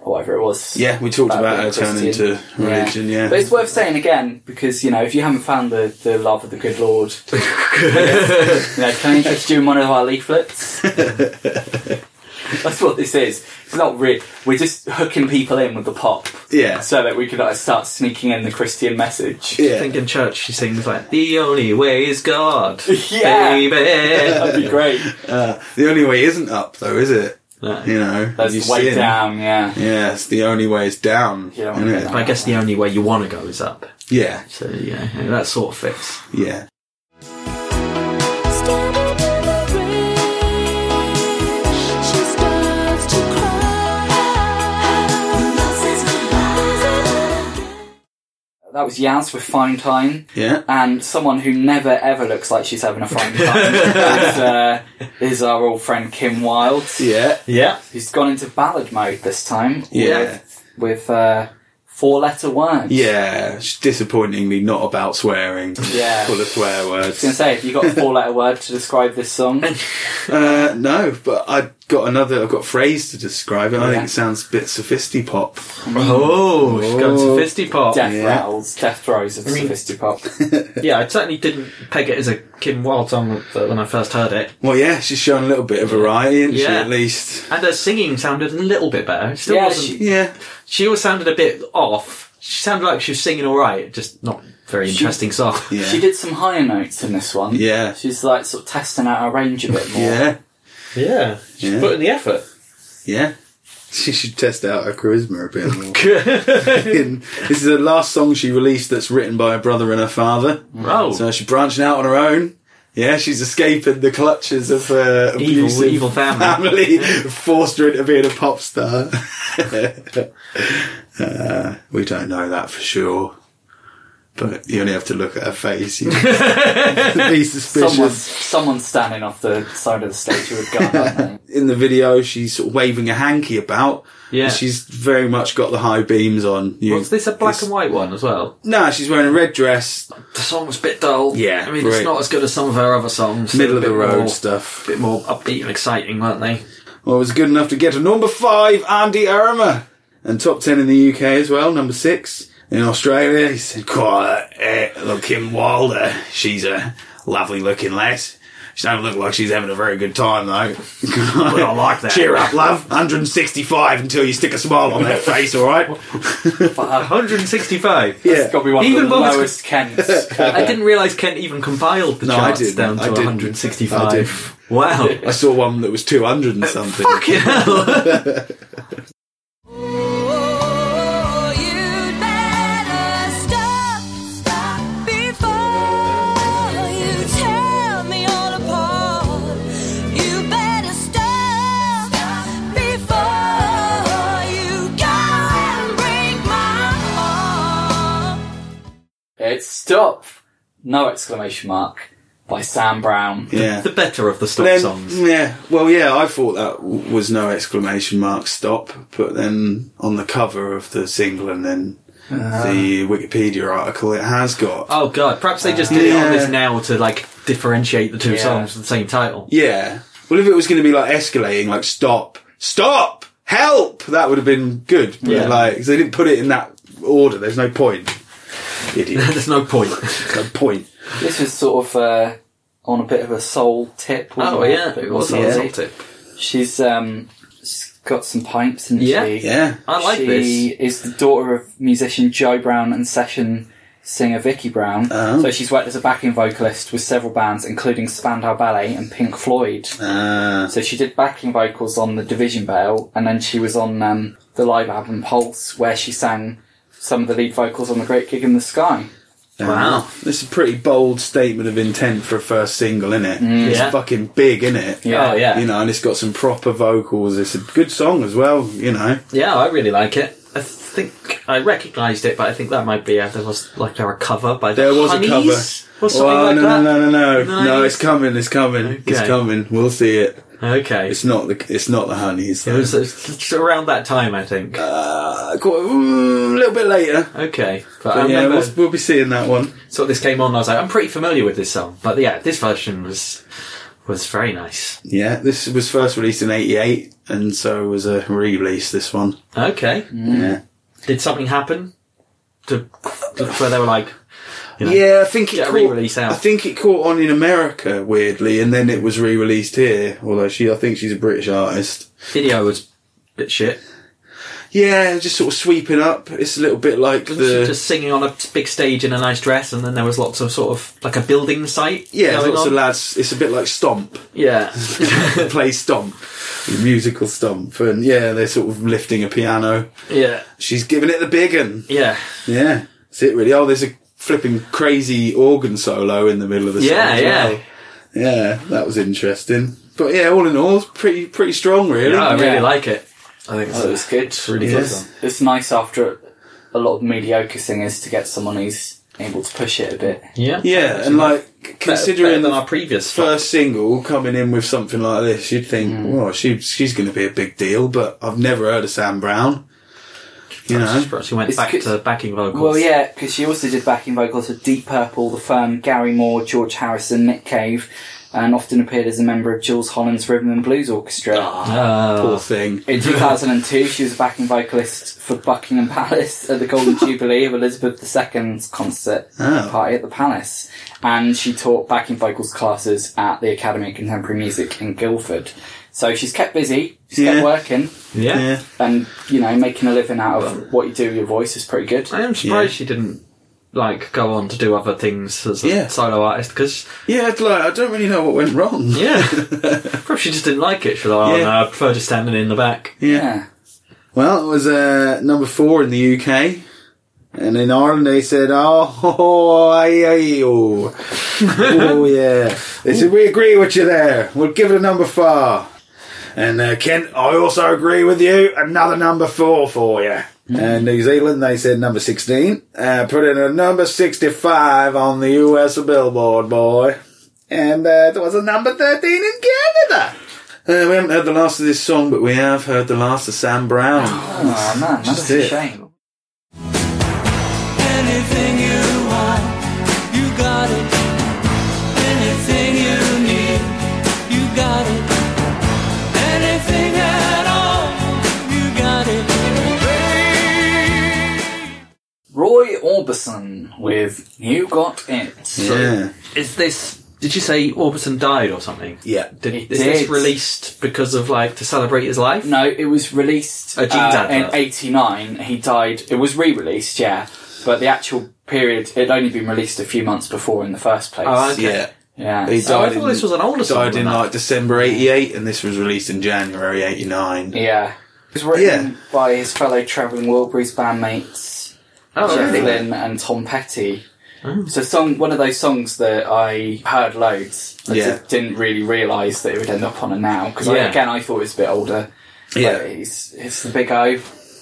A: or whatever it was.
B: Yeah, we talked about
A: being
B: her turning
A: Christian.
B: to religion, yeah.
A: But it's worth saying again because you know if you haven't found the, the love of the good Lord,
B: <laughs>
A: you know, can I interest you in one of our leaflets? That's what this is. It's not real. We're just hooking people in with the pop,
B: Yeah.
A: so that we can like, start sneaking in the Christian message.
C: I think in church she sings like, The only way is
B: <laughs>
C: God.
A: Yeah.
C: Baby.
A: That'd be great.
B: Uh, The only way isn't up, though, is it? You know,
A: That's
B: you
A: way
B: sin.
A: down. Yeah.
B: Yeah, it's the only way is down.
A: You don't
B: isn't
A: wanna
B: it?
A: go
C: But I guess the only way you want to go is up.
B: Yeah,
C: So, yeah, yeah, that sort of fits.
B: yeah.
G: Standing in the rain, she starts to cry.
A: That was Yaz with Fine Time.
B: Yeah.
A: And someone who never ever looks like she's having a fine time
B: <laughs>
A: is, uh, is our old friend Kim Wilde,
B: Yeah.
C: Yeah.
A: who's gone into ballad mode this time.
B: Yeah.
A: With, with uh, four letter words.
B: Yeah. It's disappointingly not about swearing.
A: <laughs> Yeah.
B: Full of swear
A: I was
B: words.
A: gonna say, have you got a four letter word to describe this
B: <laughs>
A: song?
B: Uh, no, but I got another, I've got phrase to describe it. I think
A: Yeah.
B: it sounds a bit sophisti pop.
C: <laughs> Oh, she's going
B: Oh.
C: to fisty pop.
A: Death
B: Yeah.
A: rattles, death throes of Sophistipop.
C: Yeah, I certainly didn't peg it as a Kim Wilde song when I first heard it.
B: Well, yeah, she's showing a little bit of variety, isn't she,
C: Yeah.
B: at least?
C: And her singing sounded a little bit better. It still
A: Yeah,
C: wasn't.
A: she-
B: Yeah.
C: She always sounded a bit off. She sounded like she was singing all right, just not very interesting song.
B: Yeah.
A: She did some higher notes in this one.
B: Yeah.
A: She's like sort of testing out her range a bit more.
B: Yeah.
C: <laughs> Yeah, she
B: Yeah.
C: put in the effort.
B: Yeah. She should test out her charisma a bit more. <laughs> In- this is the last song she released that's written by her brother and her father.
C: <laughs> Oh.
B: So she's branching out on her own. Yeah, she's escaping the clutches of uh,
C: Evil-
B: abusive
C: evil family.
B: <laughs> forced her into being a pop star. <laughs> Uh, we don't know that for sure, but you only have to look at her face. You can <laughs> be suspicious.
A: Someone's, someone's standing off the side of the stage with a gun,
B: <laughs>
A: aren't
B: in the video, she's sort of waving a hanky about.
C: Yeah.
B: And She's very much got the high beams on. You-
C: Was this a black
B: it's-
C: and white one as well?
B: Nah, she's wearing a red dress,
C: The song was a bit dull.
B: Yeah,
C: I mean,
B: right.
C: it's not as good as some of her other songs.
B: middle of
C: They're
B: the
C: a bit
B: road
C: more-
B: stuff.
C: A bit more upbeat and exciting, weren't they?
B: Well, it was good enough to get to number five, Andy Arama. And top ten in the UK as well, number six. In Australia, he said, quite eh, looking Wilder. She's a lovely looking lass. She don't look like she's having a very good
C: <laughs>
B: time though. but
C: I like that.
B: Cheer up, love. 165 until you stick a smile on that face, alright?
A: they? Fuck.
C: 165.
A: It's got to be one
C: Even
A: of the
C: when it's-
A: lowest Kents.
B: <laughs>
C: I didn't realise Kent even compiled the
B: No, I
C: charts
B: didn't.
C: down to
B: I didn't.
C: 165.
B: I did.
C: Wow.
B: <laughs> I saw one that was 200 and something.
C: Fucking hell.
D: Oh, you'd better stop, stop before you tear me all apart. You better stop before you go and break my heart.
A: It's Stop! No exclamation mark by Sam Brown.
B: Yeah.
C: the better of the stop
B: Then-
C: songs.
B: Yeah, well, yeah, I thought that w- was no exclamation mark stop, but then on the cover of the single and then the Wikipedia article, it has got.
C: Oh god, perhaps they just did it on
B: Yeah.
C: this now to like differentiate the two
A: Yeah.
C: songs with the same title. <laughs>
B: Yeah. Well, if it was going to be like escalating, like stop, stop, help, that would have been good. But
C: Yeah.
B: like, 'cause they didn't put it in that order. There's no point.
C: <laughs>
B: Idiot.
C: There's no point.
B: There's no point.
A: This was sort of uh, on a bit of a soul tip. wasn't
C: oh <laughs>
A: it?
C: yeah, it was
A: Wasn't
C: on
A: it?
C: the top tip.
A: She's um, she's got some pipes, isn't
C: Yeah.
A: she?
B: Yeah.
C: I like
A: she is
C: this.
A: the daughter of musician Joe Brown and session singer Vicky Brown.
B: Oh.
A: So she's worked as a backing vocalist with several bands, including Spandau Ballet and Pink Floyd.
B: Uh,
A: So she did backing vocals on the Division Bell, and then she was on um, the live album Pulse, where she sang some of the lead vocals on the Great Gig in the Sky.
C: Wow.
B: This is a pretty bold statement of intent for a first single, isn't it? It's
C: Mm. Yeah.
B: fucking big, isn't it?
A: Yeah.
C: Oh yeah.
B: You know, and it's got some proper vocals. It's a good song as well, you know.
C: Yeah, I really like it. I think I recognised it, but I think that might be uh, there was like a cover by the
B: There was
C: Honeys
B: a cover.
C: or something
B: Oh,
C: like
B: no,
C: that.
B: no, no, no, no,
C: Nice.
B: no! It's coming, it's coming, it's
C: Okay.
B: coming. We'll see it.
C: Okay,
B: It's not the, it's not the honeys.
C: it
B: though.
C: was it's around that time, I think.
B: uh, quite, mm, a little bit later.
C: okay, but, I
B: But yeah,
C: remember
B: we'll, we'll be seeing that one.
C: sort of this came on. I was like, I'm pretty familiar with this song, but yeah, this version was was very nice.
B: Yeah, this was first released in '88, and so was a re-release. This one.
C: Okay,
B: Yeah.
C: did something happen to, to where they were like, you know,
B: Yeah, I think it
C: Get a
B: caught,
C: re-release out.
B: I think it caught on in America weirdly, and then it was re-released here. Although she, I think she's a British artist.
C: video was a bit shit.
B: Yeah, just sort of sweeping up. It's a little bit like
C: Wasn't she
B: the
C: just singing on a big stage in a nice dress, and then there was lots of sort of like a building site.
B: yeah, there's
C: going
B: lots
C: on.
B: of lads. It's a bit
C: <laughs>
B: like Stomp.
C: Yeah,
B: play Stomp, the musical Stomp, and yeah, they're sort of lifting a piano.
C: yeah,
B: She's giving it the big un. <laughs>
C: yeah,
B: Yeah, that's it really. Oh, there's a flipping crazy organ solo in the middle of the song.
C: yeah,
B: as
C: yeah.
B: well. yeah. That was interesting. But yeah, all in all, it's pretty pretty strong, really.
C: No, I really
A: Yeah.
C: like it. I think
A: So it was good.
C: it's really
B: Yes.
C: good.
A: It's nice after a lot of mediocre singers to get someone who's able to push it a bit.
C: Yeah,
B: Yeah, and like
C: Considering
B: considering
C: than
B: the
C: our previous
B: first single coming in with something like this, you'd think,
C: Mm.
B: well, she she's going to be a big deal. But I've never heard of Sam Brown. You know,
C: Perhaps she went
A: It's
C: back
A: good-
C: to backing vocals.
A: Well, yeah, because she also did backing vocals for Deep Purple, The Firm, Gary Moore, George Harrison, Nick Cave, and often appeared as a member of Jules Holland's Rhythm and Blues Orchestra.
B: poor
C: Uh,
B: thing. <laughs>
A: In 2002, she was a backing vocalist for Buckingham Palace at the
B: <laughs>
A: Golden Jubilee of Elizabeth II's concert
B: Oh.
A: party at the Palace. And she taught backing vocals classes at the Academy of Contemporary Music in Guildford. So she's kept busy, she's
B: Yeah.
A: kept working,
C: yeah.
B: Yeah.
A: and, you know, making a living out of what you do with your voice is pretty good.
C: I am surprised
B: Yeah.
C: she didn't like go on to do other things as a
B: Yeah.
C: solo artist because
B: Yeah, it's like I don't really know what went wrong.
C: <laughs>
B: <laughs>
C: yeah, probably she just didn't like it. She was like, oh,
B: Yeah.
C: no, I prefer just standing in the back.
B: yeah.
A: Yeah.
B: Well, it was uh, number four in the UK. And in Ireland, they said, oh, <laughs> ho, ho, aye, aye, oh. oh, yeah. They said, we agree with you there. We'll give it a number four. And uh, Kent, I also agree with you. Another number four for you. And New Zealand, they said number 16. Uh, put in a number 65 on the US Billboard, boy. And uh, there was a number 13 in Canada. Uh, we haven't heard the last of this song, but we have heard the last of Sam Brown.
A: Oh man, that's
B: Just
A: a
B: it.
A: shame.
F: Anything you want, you got it. Anything you need, you got it. Anything at all, you got it.
A: Roy Orbison with You Got It.
B: Yeah.
C: Is this? Did you say Orbison died or something?
B: Yeah.
C: Did,
A: He
C: is this
A: did.
C: released because of like to celebrate his life?
A: No, it was released
C: A Jeans
A: uh, in
C: advert.
A: '89. He died. It was re-released, yeah, but the actual period it would only been released a few months before in the first place.
C: Oh, okay.
B: Yeah.
A: Yeah,
B: He
C: Oh, I
B: died
C: thought
B: in,
C: this was an older song.
B: died
C: than
B: in
C: that.
B: like December 88 and this was released in January 89.
A: yeah. It was written
B: Yeah.
A: by his fellow traveling Wilburys bandmates
C: Oh,
A: Jeff
C: really?
A: Lynne and Tom Petty.
B: Oh.
A: It's a song, one of those songs that I heard loads. I
B: Yeah.
A: just didn't really realise that it would end up on a now because
C: Yeah.
A: again I thought it was a bit older.
B: Yeah.
A: but it's, it's the big O.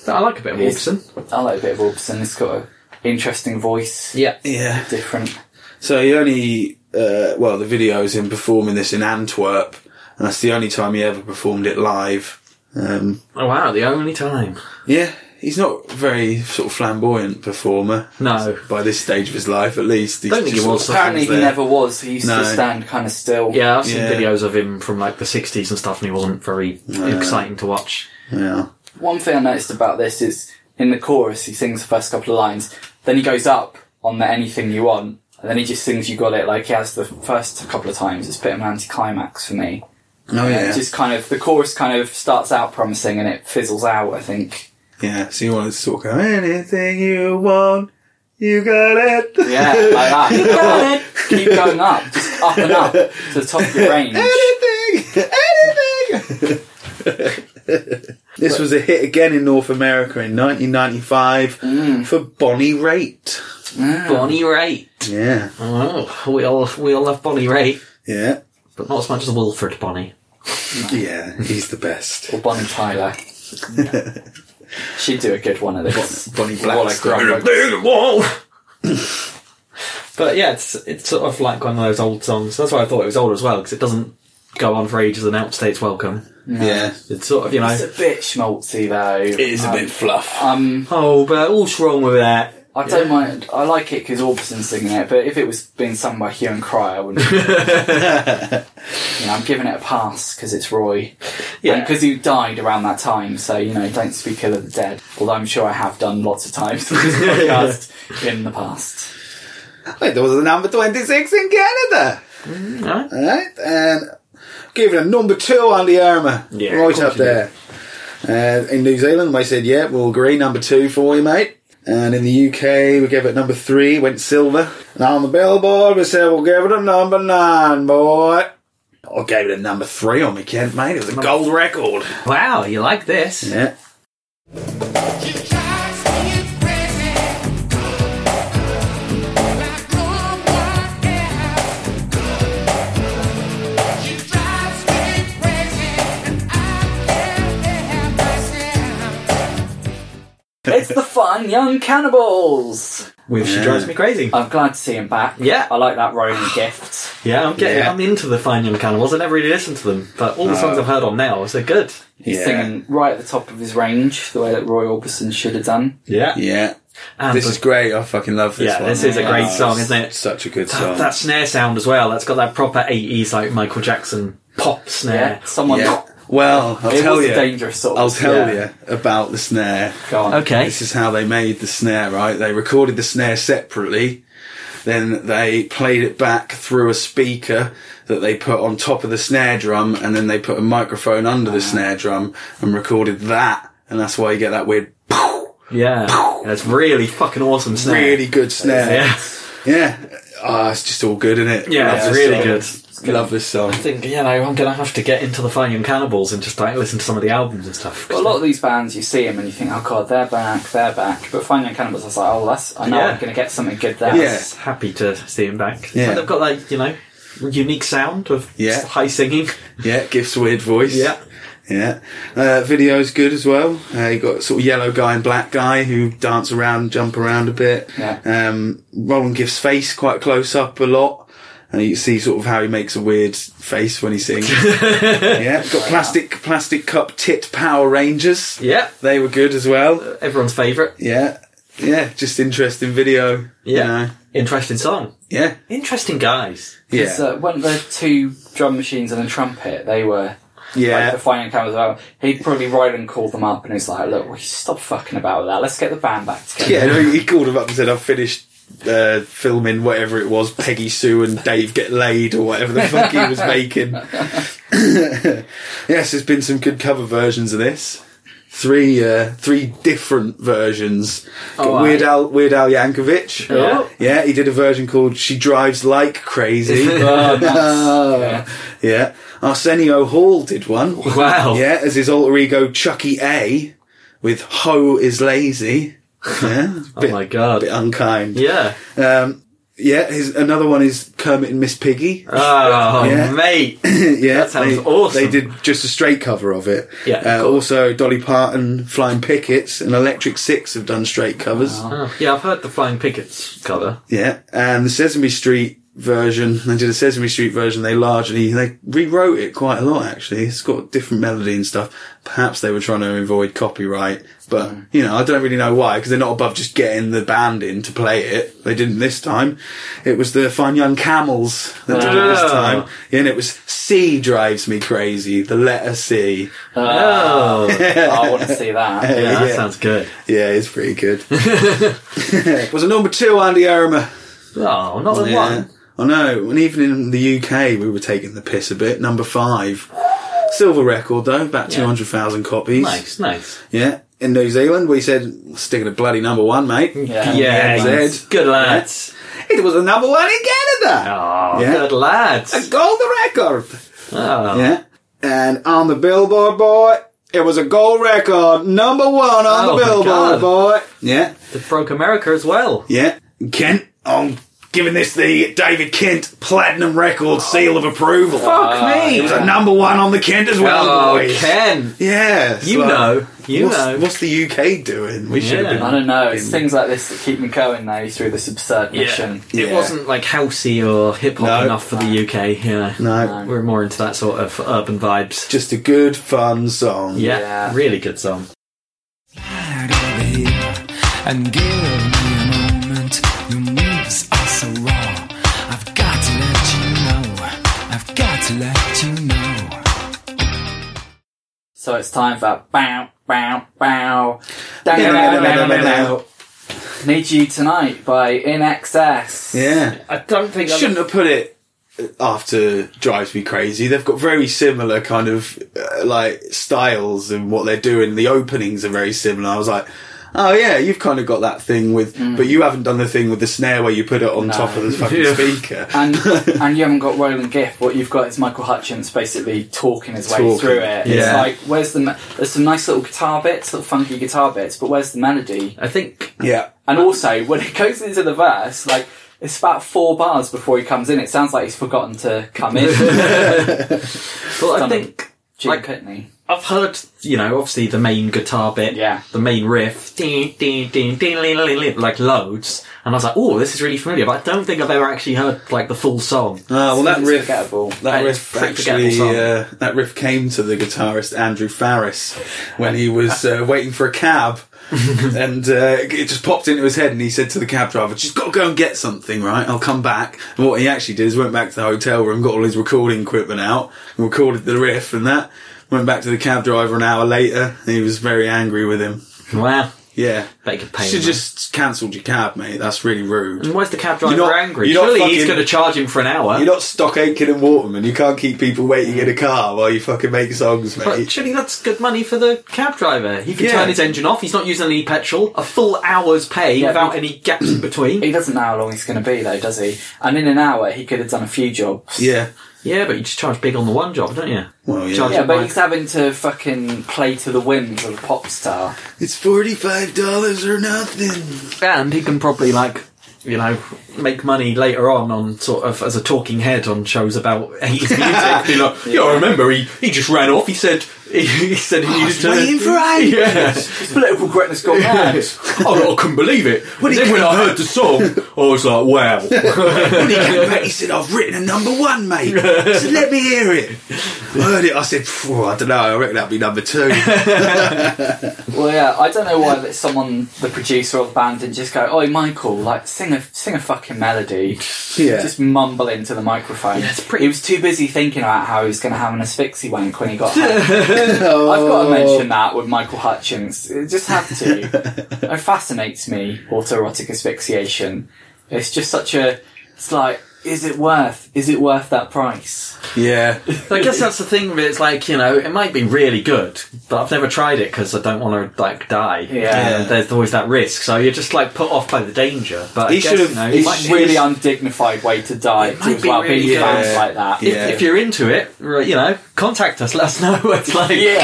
C: I like a bit of
A: Yes.
C: Orbison.
A: I like a bit of Orbison. It's got an interesting voice.
C: Yeah.
B: Yeah.
A: different.
B: So he only, uh, well, the video is him performing this in Antwerp, and that's the only time he ever performed it live. Um,
C: Oh wow, the only time.
B: yeah, he's not a very sort of flamboyant performer.
C: No.
B: By this stage of his life, at least. He's
C: Don't think
B: just
C: he was.
B: sort of
A: Apparently, he
B: there.
A: never was. He used
B: No.
A: to stand kind of still.
C: Yeah, I've seen
B: Yeah.
C: videos of him from like the '60s and stuff, and he wasn't very exciting to watch.
B: Yeah.
A: One thing I noticed about this is in the chorus, he sings the first couple of lines, then he goes up on the anything you want, and then he just sings "You Got It" like he has the first couple of times. It's a bit of an anticlimax for me.
B: Oh,
A: And it
B: yeah.
A: just kind of the chorus kind of starts out promising and it fizzles out. I think.
B: Yeah, so you want to sort of go, anything you want, you got it.
A: Yeah, like that. <laughs>
B: <laughs>
A: Keep going, keep going up, just up and up to the top of your <laughs> range.
B: anything, anything. <laughs> this was a hit again in North America in 1995 for Bonnie Raitt.
C: Bonnie Raitt.
B: Yeah,
C: Oh, we all we all love Bonnie Raitt,
B: yeah,
C: but not as much as Wilfred Bonnie.
B: yeah. He's the best.
A: Or Bonnie
B: <laughs>
A: Tyler. She'd do a good one of this.
B: Bonnie
A: Wallace Grumbo.
C: but yeah, it's it's sort of like one of those old songs. That's why I thought it was old as well because it doesn't go on for ages and outstates welcome.
B: Yeah,
C: It's sort of you
A: It's a
C: know.
A: bit schmaltzy though. It
B: is a bit fluff.
A: Um,
C: Oh, but what's wrong with that?
A: I don't mind. I like it because Orbison's singing it, but if it was being sung by Hugh and Cry, I wouldn't.
B: <laughs>
A: you know, I'm giving it a pass because it's Roy. Yeah.
C: Yeah,
A: Because he died around that time, so, you know, don't speak ill of the dead. Although I'm sure I have done lots of times <laughs> on
B: <laughs>
A: this podcast in the past.
B: Wait, there was a number 26 in Canada.
C: No?
B: All right, and give it a number two on the armour.
C: Yeah, of
B: right
C: course
B: up
C: you
B: there. Uh, in New Zealand, they said, "Yeah, we'll agree number two for you, mate." And in the UK, we gave it number three, went silver. And on the billboard, we said, "We'll give it a number nine, boy." I gave it a number three on me, Kent, mate. It was a gold record.
C: wow, you like this?
B: Yeah.
E: She drives me crazy, like no one else. She drives me crazy, and I can't help myself.
A: It's the fun young cannibals!
C: With she drives me crazy.
A: I'm glad to see him back.
C: Yeah.
A: I like that Roman gift.
C: Yeah, I'm getting.
B: Yeah.
C: I'm into the Fine Young Cannibals. I never really listened to them, but all the songs I've heard on now, so good.
A: He's
B: Yeah.
A: singing right at the top of his range, the way that Roy Orbison should have done.
C: Yeah,
B: Yeah.
C: And
B: This
C: the-
B: is great. I fucking love this
C: Yeah,
B: one.
C: this is a great
B: Oh,
C: song, isn't it?
B: Such a good
C: that,
B: song.
C: that snare sound as well. That's got that proper '80s like Michael Jackson pop snare.
A: Yeah. Someone.
B: yeah. Well, I'll
A: It
B: tell
A: was
B: you.
A: a dangerous sort
B: I'll tell
C: Yeah.
B: you about the snare.
A: Go on.
C: Okay.
B: This is how they made the snare, right? They recorded the snare separately, then they played it back through a speaker that they put on top of the snare drum, and then they put a microphone under
C: Ah.
B: the snare drum and recorded that, and that's why you get that weird.
C: Yeah, that's really fucking awesome snare.
B: Really good snare.
C: Yeah,
B: Yeah. Ah, it's just all good, isn't it?
C: yeah,
B: Love
C: it's
B: this
C: really
B: song.
C: good.
A: good.
B: Love this song.
C: I think you know I'm gonna have to get into the Flying Cannibals and just like listen to some of the albums and stuff. 'cause
A: But a lot of these bands, you see them and you think, oh god, they're back, they're back. But Fine Young Cannibals, I was like, oh, that's, I know
C: Yeah.
A: I'm going to get something good there.
B: Yeah.
C: it's happy to see him back.
B: Yeah.
C: And they've got like you know unique sound of
B: Yeah.
C: high singing.
B: Yeah, Gift's weird voice.
C: Yeah.
B: Yeah. Uh, video's good as well. Uh, you got sort of yellow guy and black guy who dance around, jump around a bit.
A: Yeah.
B: Um, Roland Gift's face quite close up a lot. And you see sort of how he makes a weird face when
A: <laughs>
B: he sings. yeah. Got plastic, plastic cup tit Power Rangers.
C: Yeah,
B: They were good as well.
C: everyone's favourite.
B: Yeah. Yeah. Just interesting video. you
C: Yeah.
B: know.
C: Interesting song.
B: Yeah.
C: Interesting guys.
A: Because
B: Yeah.
A: uh, when the two drum machines and a trumpet, they were
B: Yeah.
A: like the Fine Young Cannibals. album, He'd probably Ryland called them up and he's like, look, will you stop fucking about with that? Let's get the band back together.
B: Yeah, no, he called him up and said, I've finished uh, filming whatever it was, Peggy Sue and Dave Get Laid, or whatever the fuck he <laughs> was making. yes, there's been some good cover versions of this. Three, uh, three different versions. Got
C: Oh,
B: Weird
C: aye.
B: Al, Weird Al Yankovic.
C: Yeah.
B: Yeah, he did a version called "She Drives Like Crazy."
A: <laughs> Oh, nice.
B: <laughs> yeah, Arsenio Hall did
A: <laughs>
B: one.
C: Oh, Wow.
B: Yeah, as his alter ego Chucky A, with "Ho is Lazy."
C: <laughs>
B: Yeah,
C: Oh my god.
B: bit unkind.
C: Yeah.
B: Um, yeah, his another one is Kermit and Miss Piggy.
C: Oh
B: Yeah.
C: mate.
B: yeah,
C: that sounds
B: they,
C: awesome.
B: They did just a straight cover of it.
C: Yeah, of
B: Uh,
C: course.
B: also, Dolly Parton, Flying Pickets, and Electric Six have done straight covers.
C: Oh, yeah, I've heard the Flying Pickets
B: <laughs>
C: cover.
B: Yeah, and the Sesame Street version. They did a Sesame Street version. They largely they rewrote it quite a lot. Actually, it's got different melody and stuff. Perhaps they were trying to avoid copyright, but you know I don't really know why because they're not above just getting the band in to play it. They didn't this time. It was the Fine Young Camels that did it this
C: Ah.
B: time, and it was C drives me crazy. The letter C.
C: Oh, yeah,
A: Uh, I want to see that.
B: <laughs>
C: that
B: Yeah.
C: sounds good.
B: Yeah, it's pretty good. <laughs> was a number two, Andy Arama.
C: Oh, not the
B: Yeah.
C: one.
B: I know. And even in the UK, we were taking the piss a bit. Number five. Silver record, though, about 200,000 copies.
C: Nice, nice.
B: Yeah. In New Zealand, we said, stick at a bloody number one, mate.
A: Yeah.
C: Yeah,
B: Zed.
C: good lads.
B: <laughs> It was the number one in Canada.
C: Oh,
B: Yeah.
C: good
B: A
C: lads.
B: gold record.
C: Oh.
B: Yeah. And on the Billboard Boy, it was a gold record. Number one on
C: Oh,
B: the
C: my
B: Billboard
C: God.
B: Boy. Yeah.
C: It broke America as well.
B: Yeah. Kent, I'm giving this the David Kent Platinum Record seal of approval.
C: Fuck me.
B: It was a number one on the Kent as well,
C: Ah, Oh,
B: boys.
C: Ken.
B: Yeah, it's
C: You
B: like,
C: know. You
B: what's,
C: know.
B: what's the UK doing? We should have
C: Yeah.
B: been.
A: I don't know. It's things like this that keep me going though through this absurd mission.
C: It
B: Yeah.
C: wasn't like housey or hip hop
B: No.
C: enough for the UK. Yeah.
B: No,
C: We're more into that sort of urban vibes.
B: just a good fun song.
C: Yeah,
A: Yeah.
C: really good song.
F: and give me a moment. Your moves are so raw. I've got to let you know. I've got to let you know.
A: So it's time for bow, bow, bow.
B: Yeah.
A: Need You Tonight by In Excess.
C: I don't think
B: Shouldn't have put it after Drives Me Crazy. They've got very similar kind of uh, like styles and what they're doing. The openings are very similar. I was like, oh yeah, you've kind of got that thing with, but you haven't done the thing with the snare where you put it on top of the fucking
C: Yeah.
B: speaker.
A: And and you haven't got Roland Giff. What you've got is Michael Hutchins basically talking his way
B: Talking.
A: through it. It's
C: Yeah.
A: like where's the me- there's some nice little guitar bits, little funky guitar bits, but where's the melody?
C: I think
B: yeah.
A: And also when it <laughs> goes into the verse, like it's about four bars before he comes in. It sounds like he's forgotten to come in. <laughs>
C: well, I
A: Done.
C: think
A: Jim
C: Like-
A: Pitney.
C: I've heard you know obviously the main guitar bit,
A: Yeah.
C: the main riff, ding, ding, ding, ding, li, li, li, like loads, and I was like, oh, this is really familiar, but I don't think I've ever actually heard like the full song.
B: Ah, well, that
A: It's
B: riff,
A: forgettable.
B: that
C: And it's
B: riff
C: pretty
B: actually,
C: forgettable song.
B: uh, that riff came to the guitarist Andrew Farris when he was uh, waiting for a cab, and uh, it just popped into his head, and he said to the cab driver, "Just got to go and get something, right? I'll come back." And what he actually did is went back to the hotel room, got all his recording equipment out, and recorded the riff, and that went back to the cab driver an hour later, and he was very angry with him.
C: Wow,
B: Yeah,
C: bet you could pay.
B: should
C: him,
B: just cancelled your cab, mate. That's really rude.
C: man. Why is the cab driver
B: You're not-
C: angry?
B: you're not
C: Surely he's
B: fucking-
C: going to charge him for an hour.
B: You're not stock Aitken and Waterman. You can't keep people waiting in a car while you fucking make songs,
C: But
B: mate.
C: surely that's good money for the cab driver. He can
B: Yeah.
C: turn his engine off. He's not using any petrol. A full hour's pay
A: Yeah,
C: without
A: but-
C: any gaps in between.
A: He doesn't know how long he's going to be though, does he? And in an hour, he could have done a few jobs.
B: Yeah.
C: Yeah, but you just charge big on the one job, don't you?
B: Well, yeah.
C: Charge
A: Yeah,
C: it
A: but
C: like-
A: he's having to fucking play to the whims of a pop star.
B: It's forty-five dollars or nothing.
C: and he can probably like you know make money later on on sort of as a talking head on shows about 80s music. <laughs> Be like, yeah, I remember he, he just ran off. He said <laughs> he, he said he needed to
B: waiting for ages.
C: Yeah.
A: Political correctness gone mad.
C: oh, I couldn't believe it. then when I heard the song, I was like, wow.
B: <laughs> When he came back, he said, "I've written a number
C: <laughs>
B: one, mate." I said, "Let me hear it." I heard it. I said, "Phew, "I don't know. I reckon that'd be
C: <laughs>
B: number two.
A: <laughs>
B: <laughs>
A: Well, yeah, I don't know why that someone, the producer or the band, didn't just go, "Oh, Michael, like sing a sing a fucking melody."
B: Yeah.
A: Just mumble into the microphone.
C: Yeah, it's pretty-
A: He was too busy thinking about how he was going to have an asphyxie wank when he got home. I've
C: Oh.
A: got to mention that with Michael Hutchins. It just had
C: <laughs>
A: to. it fascinates me, autoerotic asphyxiation. It's just such a. It's like, is it worth? Is it worth that price?
B: yeah,
C: I guess that's the thing. Where it's like you know, it might be really good, but I've never tried it because I don't want to like die.
A: Yeah.
C: And there's always that risk. So you're just like put off by the danger. But I
B: He
C: guess,
B: should've-
C: you know,
B: he
C: you
A: It's
C: might-
A: a really undignified way to die.
C: might
A: To as
C: be
A: well,
C: really-
A: being
B: yeah.
A: fans like that.
B: Yeah.
C: if you're into it, right, you know, contact us. <laughs> Let us know what it's like.
A: yeah.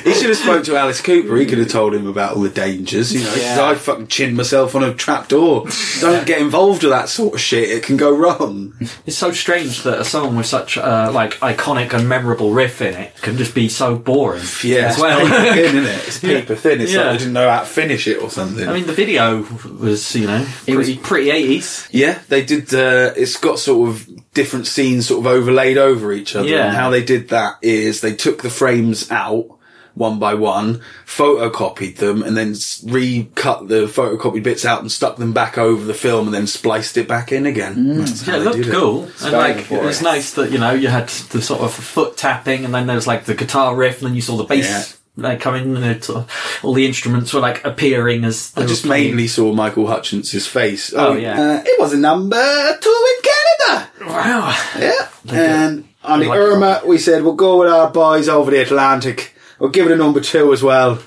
B: he should have spoke to Alice Cooper. He could have told him about all the dangers. You know, 'cause
A: Yeah.
B: I fucking chinned myself on a trapdoor. Don't get involved with that sort of shit. It can go wrong.
C: It's so strange that a song with such uh, like iconic and memorable riff in it can just be so boring.
B: Yeah,
C: as
B: it's <laughs>
C: well. <laughs>
B: paper thin, isn't it? It's paper thin. It's
C: Yeah.
B: like they didn't know how to finish it or something.
C: I mean, the video was you know it was pretty eighties.
B: Yeah, they did. Uh, it's got sort of different scenes sort of overlaid over each other.
C: Yeah.
B: And how they did that is they took the frames out one by one, photocopied them, and then s- recut the photocopied bits out and stuck them back over the film, and then spliced it back in again. That's how
C: Yeah, it
B: they
C: looked
B: did
C: cool, and
A: going
C: like
A: for
C: it was
A: it.
C: nice that you know you had the sort of foot tapping, and then there was like the guitar riff, and then you saw the bass like coming, and it, sort of- all the instruments were like appearing as they
B: I
C: were
B: just
C: playing.
B: mainly saw Michael Hutchence's face.
C: Oh, yeah.
B: uh, it was a number two in Canada.
C: wow.
B: Yeah.
C: do.
B: And on
C: They
B: the
C: like
B: Irma, we said we'll go with our boys over the Atlantic. We'll give it a number two as well.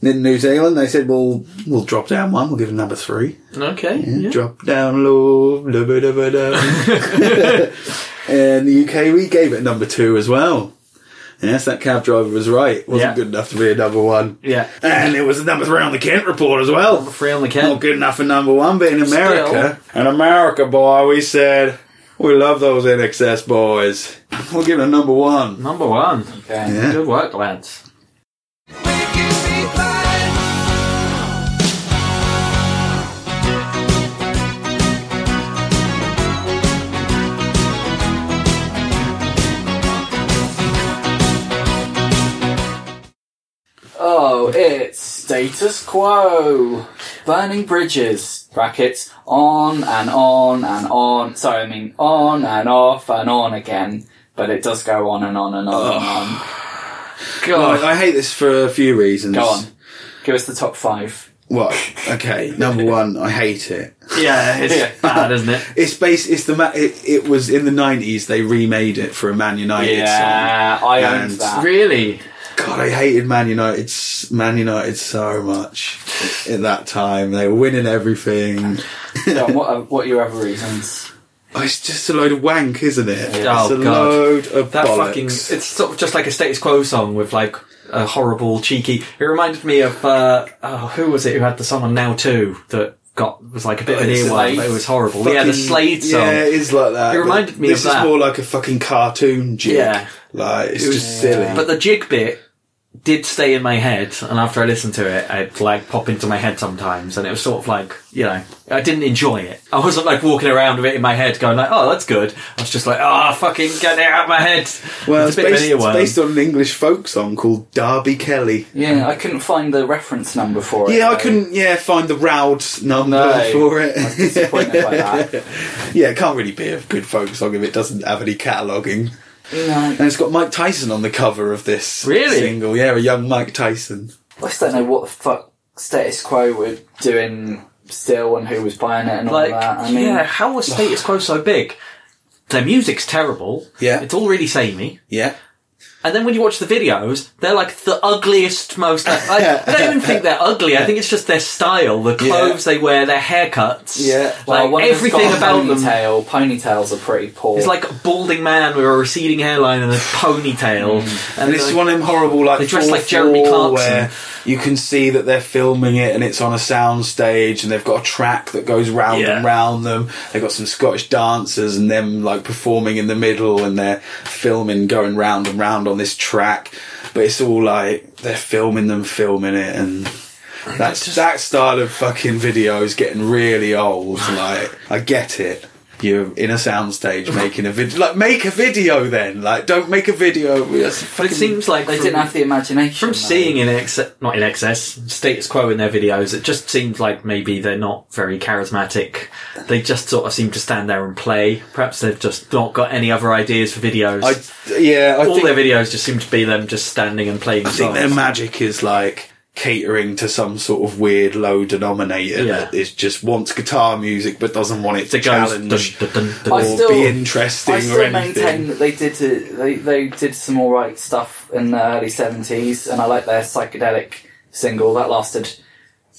B: In New Zealand, they said we'll we'll drop down one. We'll give it a number three.
C: Okay, yeah.
B: Drop down low. da ba da ba da.
C: <laughs>
B: And the UK, we gave it a number two as well. Yes, that cab driver was right. It wasn't
C: Yeah.
B: good enough to be a number one.
C: Yeah.
B: And it was a number three on the Kent report as well.
C: free on the
B: Not
C: can.
B: good enough for number one, but in America. In America, boy, we said, we love those NXS boys. We'll give it a number one.
C: Number one.
A: Okay.
B: Yeah.
C: Good work, lads.
A: Oh, it's status quo. Burning bridges. Brackets. On and on and on. Sorry, I mean on and off and on again. But it does go on and on and on and on.
B: Right, <laughs> I hate this for a few reasons.
A: Go on. Give us the top five.
B: What? Okay, number one, I hate it.
C: <laughs> Yeah, it's
A: Yeah.
C: bad, isn't it?
B: It's based. It's the. Ma- it, it was in the nineties. They remade it for a Man United song.
A: Yeah, I owned
B: And-
A: that.
C: Really?
B: God, I hated Man United. s- Man United so much at that time. They were winning everything.
A: Go on, what, are, what are your other reasons?
B: Oh, <laughs> it's just a load of wank, isn't it?
C: Oh,
B: it's
C: God.
B: a load of
C: That
B: bollocks.
C: fucking. It's sort of just like a status quo song with like a horrible, cheeky. It reminded me of uh, oh, who was it who had the song on Now Too that got was like a bit of an
B: Oh, It's
C: earworm,
A: Slade.
C: but it was horrible. yeah, the
B: fucking-
C: Slade song.
B: Yeah, it is like that.
C: It
B: but
C: reminded me
B: this
C: of that.
B: is more like a fucking cartoon jig.
C: Yeah.
B: Like, it's just silly.
C: But the jig bit did stay in my head, and after I listened to it, it like pop into my head sometimes, and it was sort of like you know I didn't enjoy it. I wasn't like walking around with it in my head, going like, "Oh, that's good." I was just like, "Ah, fucking get it out of my head."
B: well, it's,
C: a bit
B: based,
C: of an
B: it's
C: earworm.
B: based on an English folk song called Derby Kelly.
A: Yeah, I couldn't find the reference number for it.
B: Yeah, I
A: though.
B: couldn't, yeah, find the Roud's number
A: No.
B: for
A: I was
B: it. <laughs>
A: disappointed by that.
B: yeah, it can't really be a good folk song if it doesn't have any cataloguing.
A: No,
B: And it's got Mike Tyson on the cover of this
C: Really?
B: single. Yeah, a young Mike Tyson.
A: I just don't know what the fuck status quo were doing still and who was buying it and
C: Like,
A: all that. I mean,
C: yeah, how was status quo so big? Their music's terrible.
B: Yeah.
C: it's all really samey.
B: Yeah.
C: And then when you watch the videos, they're like the ugliest, most.
A: <laughs>
C: Like, I don't even think they're ugly. I think it's just their style, the clothes they wear, their haircuts.
B: Yeah.
C: like
A: one of them's
C: everything
A: got a
C: about them.
A: ponytail. Ponytails are pretty poor.
C: It's like a balding man with a receding
A: <laughs>
C: hairline and a ponytail.
A: Mm.
B: And this is one of them horrible like
C: They dress
B: full
C: like Jeremy
B: floor
C: Clarkson.
B: where you can see that they're filming it and it's on a sound stage and they've got a track that goes round
C: Yeah.
B: and round them. They've got some Scottish dancers and them like performing in the middle and they're filming going round and round on this track. But it's all like they're filming them, filming it and that's that style of fucking video is getting
C: <sighs>
B: really old. Like I get it. You're in a soundstage making a video. Like make a video then. Like don't make a video. That's
C: But it seems like
A: they
C: from-
A: didn't have the imagination.
C: From
A: though.
C: seeing in excess, not in excess, status quo in their videos, it just seems like maybe they're not very charismatic. They just sort of seem to stand there and play. Perhaps they've just not got any other ideas for videos.
B: I yeah, I
C: All
B: think,
C: their videos just seem to be them just standing and playing
B: I
C: songs.
B: think their magic is like catering to some sort of weird low denominator
C: Yeah.
B: that is just wants guitar music but doesn't want it to
C: It goes
B: challenge
C: dun, dun, dun, dun.
A: I
B: or
A: still-
B: be interesting
A: I still
B: or anything. <laughs>
A: maintain that they did a, they they did some alright stuff in the early seventies, and I like their psychedelic single that lasted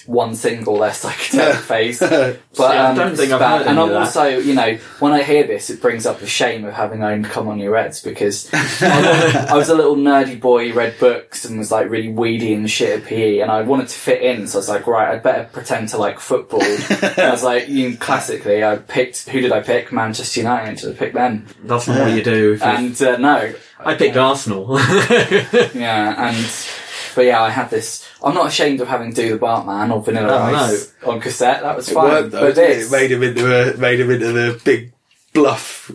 A: one single their psychedelic
B: <laughs>
A: phase. But
C: I
A: um,
C: don't think
A: it's
C: I've
A: bad.
C: heard
A: and
C: any of
A: I'm
C: that.
A: also you know when I hear this, it brings up the shame of having owned Come On Your Reds
B: <laughs>
A: because I, I was a little nerdy boy, read books and was like really weedy and shit at PE, and I wanted to fit in, so I was like, right, I'd better pretend to like
B: <laughs>
A: football. and I was like, you classically, I picked who did I pick? Manchester United. I picked them
C: That's not what you do. if you-
A: and uh, no,
C: I picked Arsenal. <laughs>
A: yeah, and but yeah, I had this. I'm not ashamed of having Do the Bartman or Vanilla
C: Oh,
A: Ice on cassette. That was
B: It
A: fine,
B: worked though.
A: but
B: didn't it?
A: this
B: It made him into a made him into the big bluff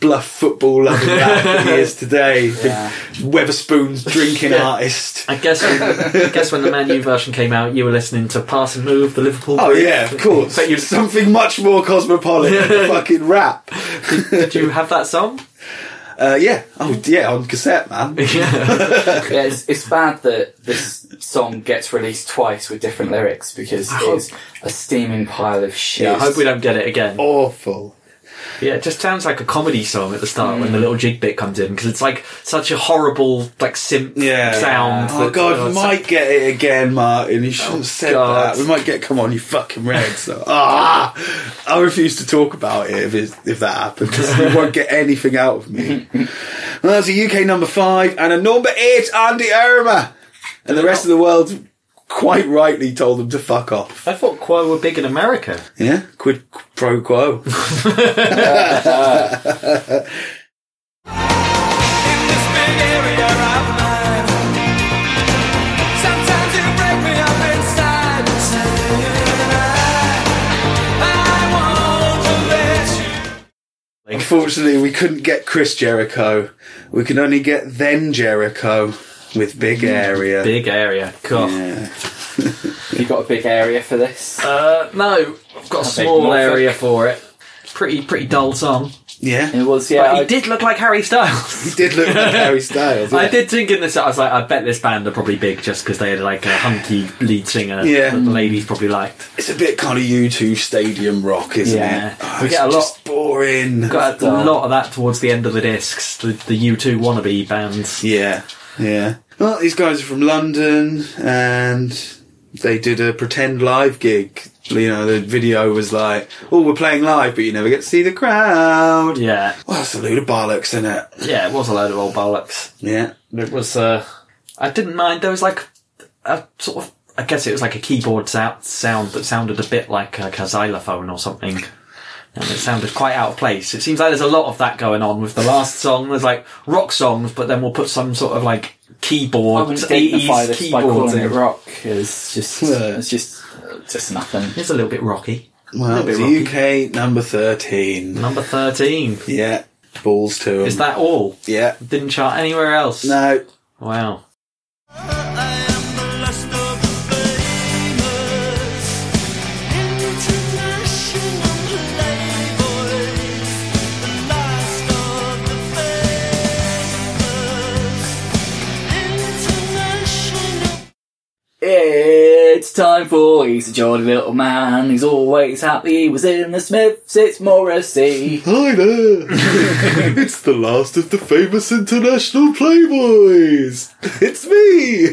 B: bluff football loving lad that he is today.
A: <laughs> Yeah.
B: The Weatherspoon's drinking
C: Yeah.
B: artist.
C: I guess. When, I guess when the Man U version came out, you were listening to Pass and Move, the Liverpool.
B: Oh
C: group.
B: yeah, of course.
C: But you-
B: something much more cosmopolitan <laughs> than fucking rap.
C: Did you have that song?
B: Uh, yeah. Oh yeah, on cassette, <laughs> man.
C: yeah.
A: yeah, it's, it's bad that this song gets released twice with different lyrics because it's a steaming pile of shit.
C: I hope we don't get it again.
B: Awful.
C: Yeah, it just sounds like a comedy song at the start when the
B: Hmm.
C: little jig bit comes in because it's like such a horrible like synth
B: Yeah.
C: sound.
B: Oh
C: that-
B: god,
C: oh,
B: we
C: it's-
B: might get it again, Martin. You shouldn't have said
C: God.
B: that. We might get come on, you fucking red. So ah, I refuse to talk about it if it's, if that happens. you won't get anything out
C: <laughs>
B: of me. well, that's a UK number five and a number eight, Andy Irma, and the rest of the world quite rightly told them to fuck off.
C: I thought Quo were big in America.
B: Yeah, quid
C: <laughs>
B: pro quo. Unfortunately, we couldn't get Chris Jericho. We could only get then Jericho with big area.
C: Mm, Big area. God.
B: Yeah.
A: You got a big area for this.
C: Uh, no, I've got a
A: big
C: small
A: Norfolk.
C: area for it. Pretty, pretty dull song.
B: yeah.
A: It was
C: But
A: yeah.
C: he
A: I,
C: did look like Harry
A: <laughs>
C: Styles.
B: He did look like Harry Styles.
C: I
B: yeah.
C: did think in this, I was like, I bet this band are probably big just because they had like a hunky lead singer
B: Yeah.
C: that the ladies probably liked.
B: It's a bit kind of U2 stadium rock, isn't
C: Yeah.
B: it? Oh,
C: We
B: it's
C: get a lot-
B: just boring.
C: Got a
A: dull.
C: lot of that towards the end of the discs, the, the U2 wannabe bands.
B: Yeah, yeah. Well, these guys are from London, and they did a pretend live gig. You know, the video was like, "Oh, we're playing live, but you never get to see the crowd."
C: Yeah,
B: Well, that's a load of bollocks, isn't it?
C: yeah, it was a load of old bollocks.
B: Yeah.
C: It was. Uh, I didn't mind. There was like a sort of. I guess it was like a keyboard sou- sound that sounded a bit like a, a xylophone or something. And it sounded quite out of place. It seems like there's a lot of that going on with the last song. There's like rock songs, but then we'll put some sort of like
A: I
C: keyboard,
A: wouldn't dignify
C: 80s
A: this by
C: keyboard
A: calling it
C: in.
A: rock. It's just it's just uh, just nothing.
C: It's a little bit rocky.
B: Well,
C: Little bit
B: it's
C: rocky.
B: UK number thirteen.
C: Number 13.
B: Yeah. Balls to 'em.
C: Is that all?
B: Yeah.
C: Didn't chart anywhere else?
B: No.
C: Wow.
A: It's it's time for. He's a jolly little man. He's always happy. He was in the Smiths. It's Morrissey.
B: Hi <laughs> there! it's the last of the famous international playboys! It's me!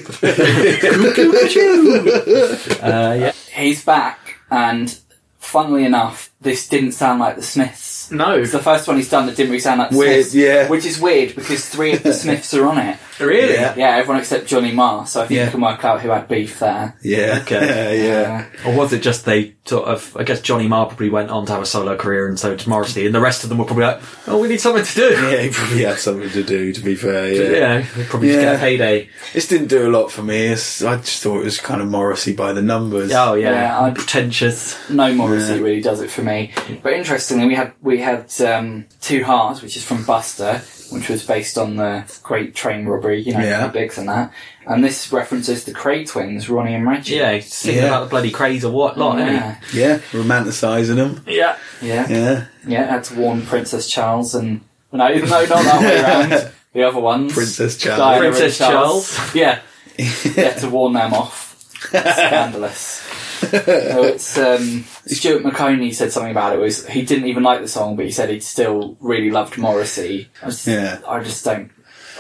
C: Uh, yeah.
A: He's back, and funnily enough, this didn't sound like the Smiths.
H: No,
A: It's the first one he's done that didn't really sound like the
B: Weird,
A: Smiths.
B: yeah.
A: Which is weird because three
B: <laughs>
A: of the Smiths are on it.
H: really.
B: Yeah.
A: Yeah, everyone except Johnny Marr. So I think
B: Yeah.
A: you can work out who had beef there.
B: Yeah,
C: Okay.
B: <laughs> yeah, yeah.
A: Uh,
C: Or was it just they sort of? I guess Johnny Marr probably went on to have a solo career, and so did Morrissey, and the rest of them were probably like, "Oh, we need something to
A: Uh,
C: do." <laughs>
B: Yeah, he probably had something to do, to be fair.
C: Yeah,
B: Yeah.
C: they probably just
B: Yeah.
C: get a payday.
B: This didn't do a lot for me. It's, I just thought it was kind of Morrissey by the numbers.
C: Oh yeah,
A: Yeah, I-
C: pretentious.
A: no Morrissey really does it for me. But interestingly, we had we had um, Two Hearts, which is from Buster, which was based on the Great Train Robbery, you know,
B: Yeah.
A: the Biggs and that. And this references the Cray twins, Ronnie and Reggie.
C: Yeah, he's singing
B: Yeah.
C: about the bloody craze or what lot, isn't he?
A: yeah,
B: Yeah, romanticising him.
C: Yeah.
A: yeah,
B: Yeah.
A: yeah. Had to warn Princess Charles and no, no, not that way
B: <laughs>
A: around. The other ones,
B: Princess Charles.
A: Diana
B: <laughs>
A: and
C: Princess
A: <laughs>
C: Charles.
A: Yeah, yeah, to warn them off.
B: <laughs>
A: Scandalous. No, it's um, Stuart McConey said something about it. Was he didn't even like the song, but he said he still really loved Morrissey. I just,
B: Yeah.
A: I just don't.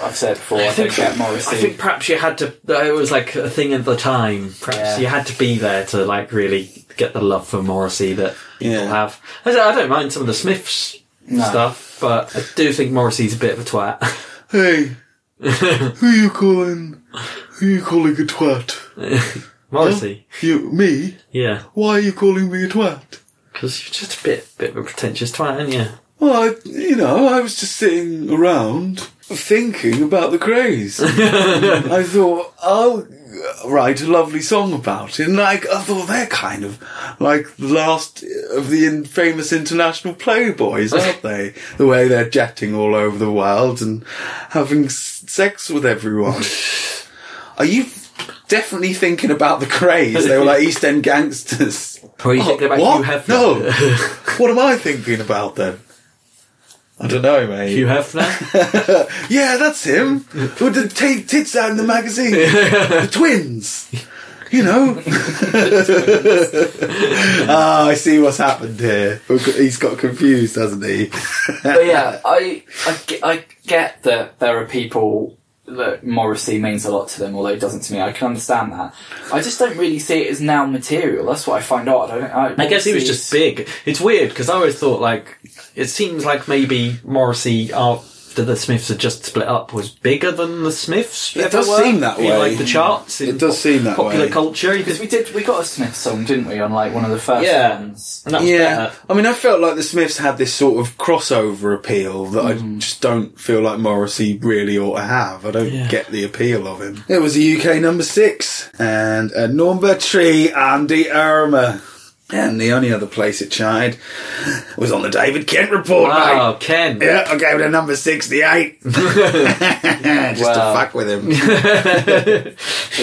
A: I've said before, I, don't get Morrissey.
C: I think perhaps you had to. It was like a thing at the time. Perhaps
A: Yeah.
C: you had to be there to like really get the love for Morrissey that people
B: <laughs> Yeah.
C: have. I said, I don't mind some of the Smiths
A: No.
C: stuff, but I do think Morrissey's a bit of a twat.
B: Hey,
C: <laughs>
B: who you calling? Who you calling a twat?
C: Morrissey,
B: You, me?
C: yeah,
B: Why are you calling me a twat?
C: because you're just a bit, bit of a pretentious twat, aren't you?
B: Well, I, you know, I was just sitting around thinking about the craze. I thought, I'll write a lovely song about it. And like, I thought they're kind of like the last of the in- famous international playboys, aren't they? The way they're jetting all over the world and having s- sex with everyone. Are you definitely thinking about the craze? They were like East End gangsters.
C: Or are you thinking about
B: Oh, what?
C: Hugh Hefner?
B: No. what am I thinking about then? I don't know, mate.
C: <laughs>
B: <laughs>
C: Hugh Hefner,
B: Yeah, that's him. With the t- tits out in the magazine. the twins. You know. <laughs> Ah, I see what's happened here. He's got confused, hasn't he?
A: but yeah, I, I ge- I get that there are people that Morrissey means a lot to them, although it doesn't to me. I can understand that. I just don't really see it as now material. That's what I find odd. I, don't, I,
C: I guess he was just big. It's weird because I always thought like it seems like maybe Morrissey after the Smiths had just split up was bigger than the Smiths.
B: It
C: ever
B: does
C: were
B: seem that
C: in,
B: way.
C: Like the charts. in
B: <laughs> It does seem that
C: popular
B: way.
C: culture. you
A: because
C: could-
A: we did we got a Smith song, didn't we? On like one of the first
C: Yeah.
A: ones.
C: and that was
B: <laughs> Yeah,
C: better.
B: I mean, I felt like the Smiths had this sort of crossover appeal that I just don't feel like Morrissey really ought to have. I don't
C: Yeah.
B: get the appeal of him. It was a UK number six and a number three, Andy Irma. And the only other place it charted was on the David Kent report, mate.
C: Wow, Ken.
B: Yeah, I gave it a number <laughs> 68. just
A: Wow.
B: to fuck with him.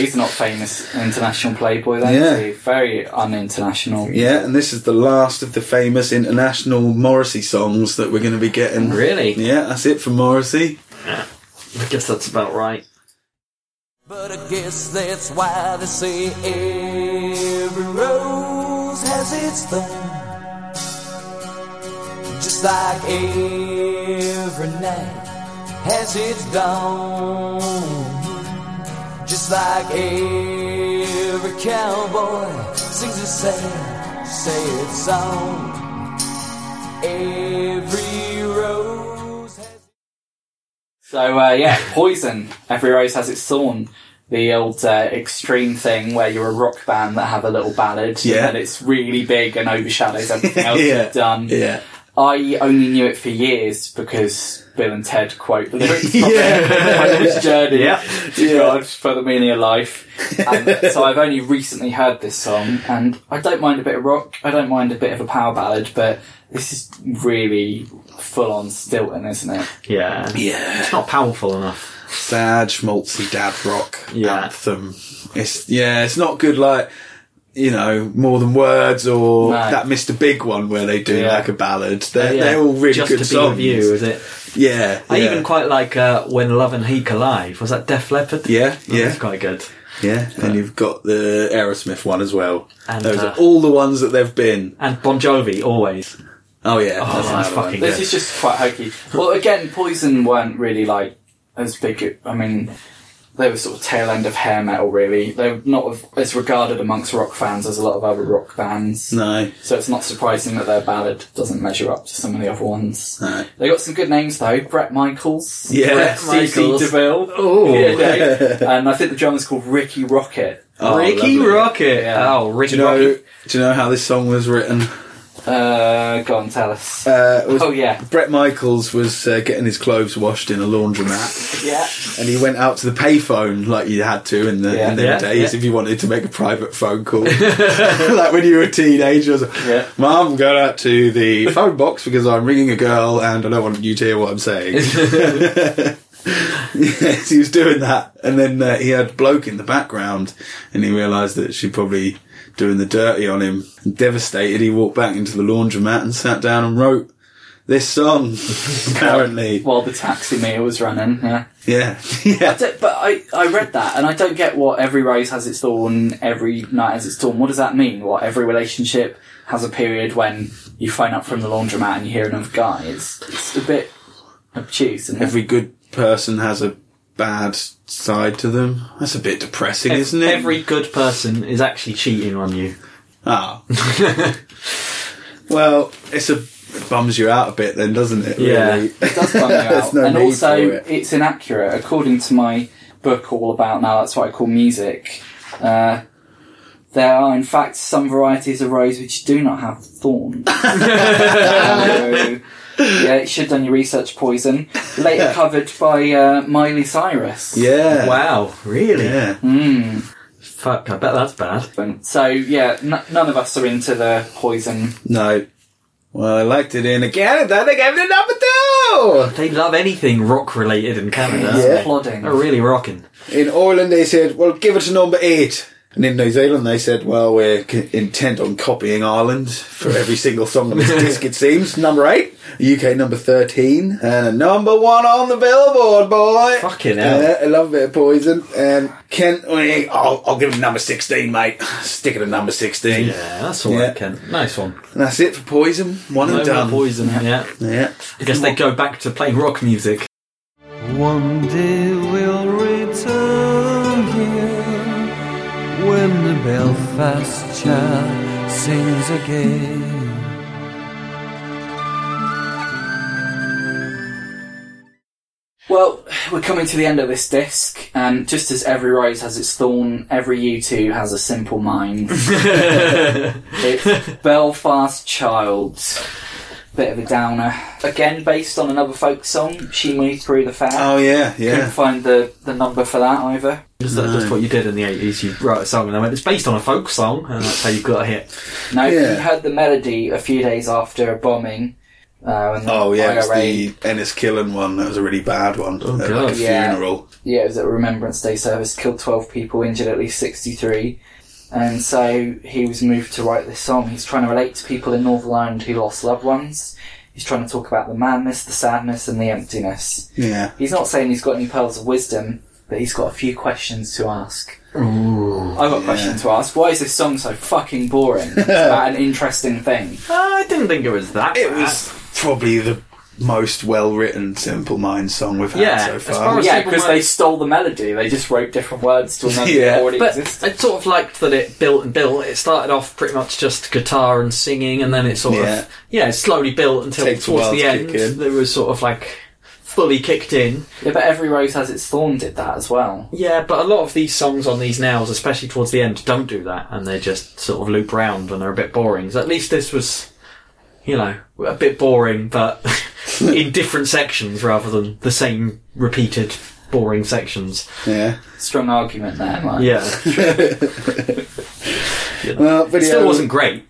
A: He's not famous international playboy, though.
B: Yeah.
A: is he? Very uninternational.
B: Yeah, and this is the last of the famous international Morrissey songs that we're going to be getting.
C: Really?
B: Yeah, that's it for Morrissey.
C: I guess that's about right.
F: But I guess that's why they say every rose has its thorn. Just like every night has its dawn. Just like every cowboy sings a sad, sad song. Every rose has
A: So uh, yeah, Poison. Every rose has its thorn. The old uh, extreme thing where you're a rock band that have a little ballad,
B: Yeah.
A: and it's really big and overshadows everything
B: <laughs>
A: else
B: Yeah.
A: you've done.
B: Yeah.
A: I only knew it for years because Bill and Ted quote the lyrics
C: <laughs>
A: from
B: Yeah.
A: it on his journey
C: Yeah.
A: to God for the meaning of life. And so I've only recently heard this song, and I don't mind a bit of rock, I don't mind a bit of a power ballad, but this is really full on Stilton, isn't it?
C: Yeah.
B: Yeah.
C: It's not powerful enough.
B: Sad, schmaltzy dad rock
C: Yeah.
B: anthem. It's yeah, it's not good like you know, more than words or
A: No.
B: that Mr. Big one where they do
A: Yeah.
B: like a ballad. They're,
C: Uh, Yeah.
B: they're all really
C: Just
B: good
C: to
B: songs.
C: Be with you, is it?
B: Yeah,
C: I
B: yeah.
C: even quite like uh, when Love and He Collide. Was that Def Leppard?
B: Yeah,
C: That
B: yeah.
C: was quite good.
B: Yeah, and you've got the Aerosmith one as well.
C: And,
B: Those
C: uh,
B: are all the ones that they've been.
C: And Bon Jovi always.
B: Oh yeah,
C: Oh, that's
B: that's another one.
C: fucking
A: This
C: Yeah.
A: is just quite hokey. Well, again, Poison weren't really like as big. I mean, they were sort of tail end of hair metal. Really, they're not as regarded amongst rock fans as a lot of other rock bands.
B: No,
A: So it's not surprising that their ballad doesn't measure up to some of the other ones.
B: no.
C: <laughs>
A: They got some good names though: Brett Michaels,
B: Yeah.
A: Brett
C: Brett
A: CC
C: Michaels. <laughs>
A: DeVille,
B: Oh.
A: Yeah, Dave. and I think the drummer's called Ricky Rocket.
B: <laughs> Oh,
C: Ricky
B: lovely.
C: Rocket.
A: Yeah.
C: Oh, Ricky
B: Do you know?
C: Rocket.
B: Do you know how this song was written?
A: Uh, go on, tell us.
B: Uh, it was
A: oh yeah,
B: Brett Michaels was uh, getting his clothes washed in a laundromat,
A: yeah.
B: and he went out to the payphone like you had to in the
A: Yeah.
B: in them
C: Yeah,
B: days
C: yeah.
B: if you wanted to make a private phone call, <laughs> like when you were a teenager. Or something.
A: Yeah.
B: Mom, I'm going out to the phone box because I'm ringing a girl and I don't want you to hear what I'm saying. <laughs> yes, he was doing that, and then uh, he had bloke in the background, and he realised that she probably doing the dirty on him. Devastated, he walked back into the laundromat and sat down and wrote this song. <laughs> apparently,
A: While the taxi meter was running, yeah.
B: yeah, <laughs>
A: I
B: yeah.
A: don't- but I, I read that and I don't get what every rose has its thorn, every night has its dawn. What does that mean? What every relationship has a period when you phone up from the laundromat and you hear another guy. It's, it's a bit obtuse. And
B: Every good person has a bad side to them. That's a bit depressing, isn't it?
C: Every good person is actually cheating on you.
B: Ah. <laughs> well, it's a it bums you out a bit then, doesn't it?
C: Yeah.
B: really?
A: it does
B: <laughs>
A: bum you
B: There's
A: out.
B: no
A: and
B: need
A: also,
B: for it.
A: it's inaccurate. According to my book, All About Now, that's what I call music. Uh, there are, in fact, some varieties of rose which do not have thorns.
B: <laughs>
A: <laughs> So, yeah, you should have done your research, Poison. Later covered by uh, Miley Cyrus.
B: yeah.
C: Wow, really?
B: Yeah.
C: Fuck, I bet that's bad.
A: Hmm. So, yeah, n- none of us are into the Poison.
B: No. Well, I liked it in again, and then they gave it a number
C: They love anything rock related in Canada.
B: Yeah.
A: Plodding.
C: They're really rocking.
B: two. In Ireland, they said, well, give it a number eight. And in New Zealand, they said, well, we're c- intent on copying Ireland for every single song on this disc, it seems. Number eight, UK number 13, and a number one on the billboard, boy.
C: Fucking hell.
B: Yeah, I love a bit of poison. And Kent, we, Oh, I'll, I'll give him number 16, mate. <laughs> Stick it at number 16.
C: Yeah, that's all right,
B: Yeah.
C: Kent. Nice one.
B: And that's it for poison. One
C: No
B: and
C: more
B: done.
C: poison. Yeah.
B: Yeah.
C: I guess they go back to playing rock music.
F: One day we'll return here when the Belfast child sings again.
A: Well, we're coming to the end of this disc, and just as every rose has its thorn, every U2 has a simple mind. it's Belfast Child. Bit of a downer. Again, based on another folk song, She Moved Through the Fair.
B: Oh, yeah,
A: Couldn't
B: yeah.
A: find the, the number for that either.
C: Is that just what you did in the 80s? You wrote a song and they went, it's based on a folk song, and that's how you got a hit.
A: No,
B: Yeah.
A: you heard the melody a few days after a bombing. Uh, when the
B: Oh yeah, it was
A: IRA
B: the Ennis Killen one. That was a really bad one. Oh,
C: God.
B: like a
A: Yeah.
B: funeral.
A: yeah, it was at a Remembrance Day service, killed 12 people, injured at least 63. And so he was moved to write this song. He's trying to relate to people in Northern Ireland who lost loved ones. He's trying to talk about the madness, the sadness, and the emptiness.
B: Yeah.
A: He's not saying he's got any pearls of wisdom, but he's got a few questions to ask. I've got a question to ask. Why is this song so fucking boring? It's about an interesting thing.
C: Uh, I didn't think it was that
B: It
C: bad.
B: was probably the most well written Simple Minds song we've had
C: Yeah,
B: so
C: as
B: far.
C: far as-
A: Yeah,
C: simple
A: because they
C: word.
A: stole the melody. They just wrote different words to
B: <laughs>
A: another
B: Yeah.
A: that already
C: But
A: existed.
C: I sort of liked that it built and built. It started off pretty much just guitar and singing, and then it sort
B: Yeah.
C: of yeah, it slowly built until
B: Takes a
C: towards
B: while
C: the
B: to
C: end
B: kick in.
C: there was sort of like fully kicked in.
A: Yeah, but every rose has its thorn. Did that as well.
C: Yeah, but a lot of these songs on these nails, especially towards the end, don't do that, and they just sort of loop round and they're a bit boring. So at least this was, you know, a bit boring, but <laughs> in different sections rather than the same repeated boring sections.
B: yeah.
A: Strong argument there, Mike.
C: Yeah,
B: Well,
C: it
B: video
C: still wasn't great.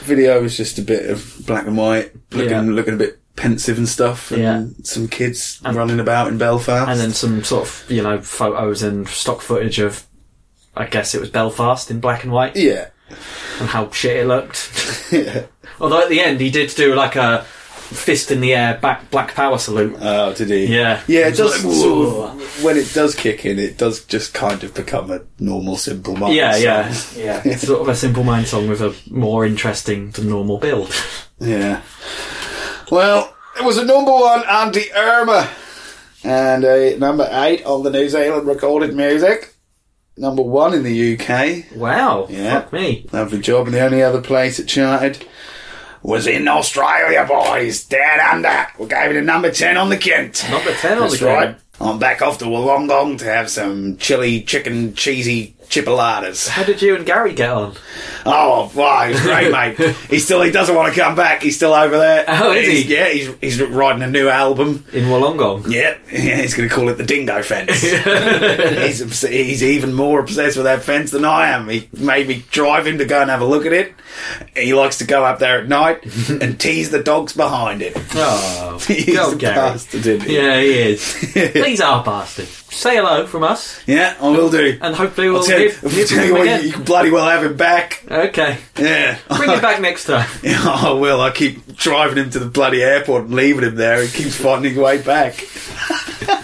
B: video was just a bit of black and white, looking
C: Yeah.
B: looking a bit pensive and stuff, and
C: Yeah.
B: some kids
C: And-
B: running about in Belfast.
C: and then some sort of you know photos and stock footage of I guess it was Belfast in black and white
B: yeah. <laughs>
C: and how shit it looked. <laughs>
B: yeah.
C: Although at the end he did do like a fist in the air, back black power salute.
B: Oh, did he?
C: Yeah.
B: Yeah, it
C: It's
B: does
C: like,
B: sort
C: whoa.
B: of, when it does kick in, it does just kind of become a normal, simple Martin
C: Yeah,
B: song.
C: yeah,
B: <laughs>
C: yeah. It's sort of a simple mind song with a more interesting than normal build.
B: Yeah. Well, it was a number one anti Irma. And a number eight on the New Zealand recorded music. Number one in the UK.
C: Wow.
B: Yeah.
C: Fuck me.
B: Lovely job. And the only other place it charted was in Australia, boys. Down under. We gave it a number 10 on the Kent.
C: Number ten on
B: That's
C: the
B: right.
C: right.
B: I'm back off to Wollongong to have some chili chicken cheesy chipolatas.
C: How did you and Gary get on?
B: Oh, wow, he's
C: <laughs>
B: great, mate. He still he doesn't want to come back. He's still over there.
C: Oh, is
B: He's-
C: he?
B: Yeah, he's he's writing a new album.
C: In
B: <laughs>
C: Wollongong.
B: Yeah, yeah he's going to call it the Dingo
C: <laughs>
B: Fence. he's obs- he's even more obsessed with that fence than I am. He made me drive him to go and have a look at it. He likes to go up there
C: <laughs>
B: at night and tease the dogs behind it. <laughs>
C: Oh,
B: He's
C: go
B: a
C: Gary.
B: bastard, isn't he?
C: Yeah, he is.
B: <laughs>
C: These are bastards. Say hello from us,
B: Yeah, I will do.
C: and hopefully we'll
B: I'll tell you,
C: hear
B: I'll
C: hear from
B: tell you
C: him
B: what, you,
C: again.
B: you can bloody well have him back.
C: Okay,
B: Yeah.
C: <laughs> bring
B: <laughs>
C: it back next time.
B: Yeah, I will. I keep driving him to the bloody airport and leaving him there. He keeps finding his way back.
C: Oh,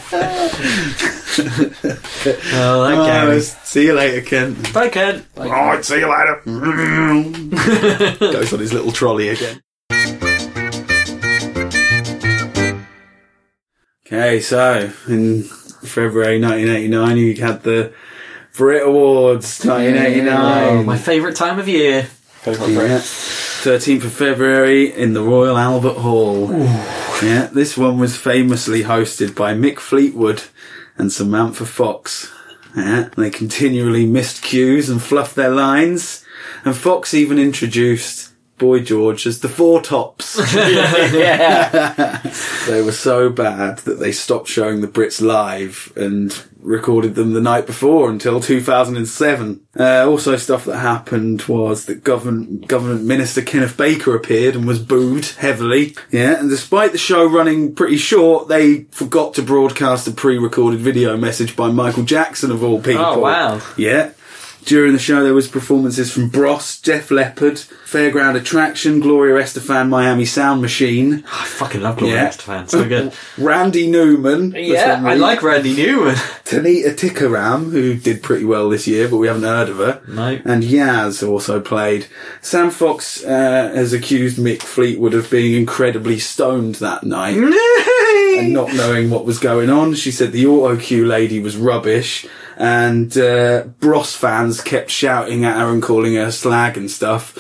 C: that
B: Oh,
C: Gary.
B: see you later, Ken.
C: Bye, Ken.
B: All right, see you later. Goes on his little trolley again. Okay, so in February 1989, you had the Brit Awards 1989.
C: Oh, my favourite time of
B: <laughs>
C: year. <laughs>
B: Yeah. 13th of February in the Royal Albert Hall. Yeah, this one was famously hosted by Mick Fleetwood and Samantha Fox. Yeah, they continually missed cues and fluffed their lines, and Fox even introduced Boy George as the Four Tops. they were so bad that they stopped showing the Brits live and recorded them the night before until 2007. Uh, also, stuff that happened was that government government minister Kenneth Baker appeared and was booed heavily. Yeah, and despite the show running pretty short, they forgot to broadcast a pre-recorded video message by Michael Jackson of all people.
C: Oh, wow.
B: Yeah. During the show, there was performances from Bros, Def Leppard, Fairground Attraction, Gloria Estefan, Miami Sound Machine,
C: I fucking love Gloria
B: Yeah.
C: Estefan. So
B: <laughs>
C: good.
B: Randy Newman. for
C: yeah,
B: some
C: I
B: reason.
C: like Randy Newman.
B: Tanita Tikaram, who did pretty well this year, but we haven't heard of her.
C: No.
B: And Yaz also played. Sam Fox uh, has accused Mick Fleetwood of being incredibly stoned that night and not knowing what was going on. She said the auto cue lady was rubbish, and uh, Bros fans kept shouting at her and calling her slag and stuff,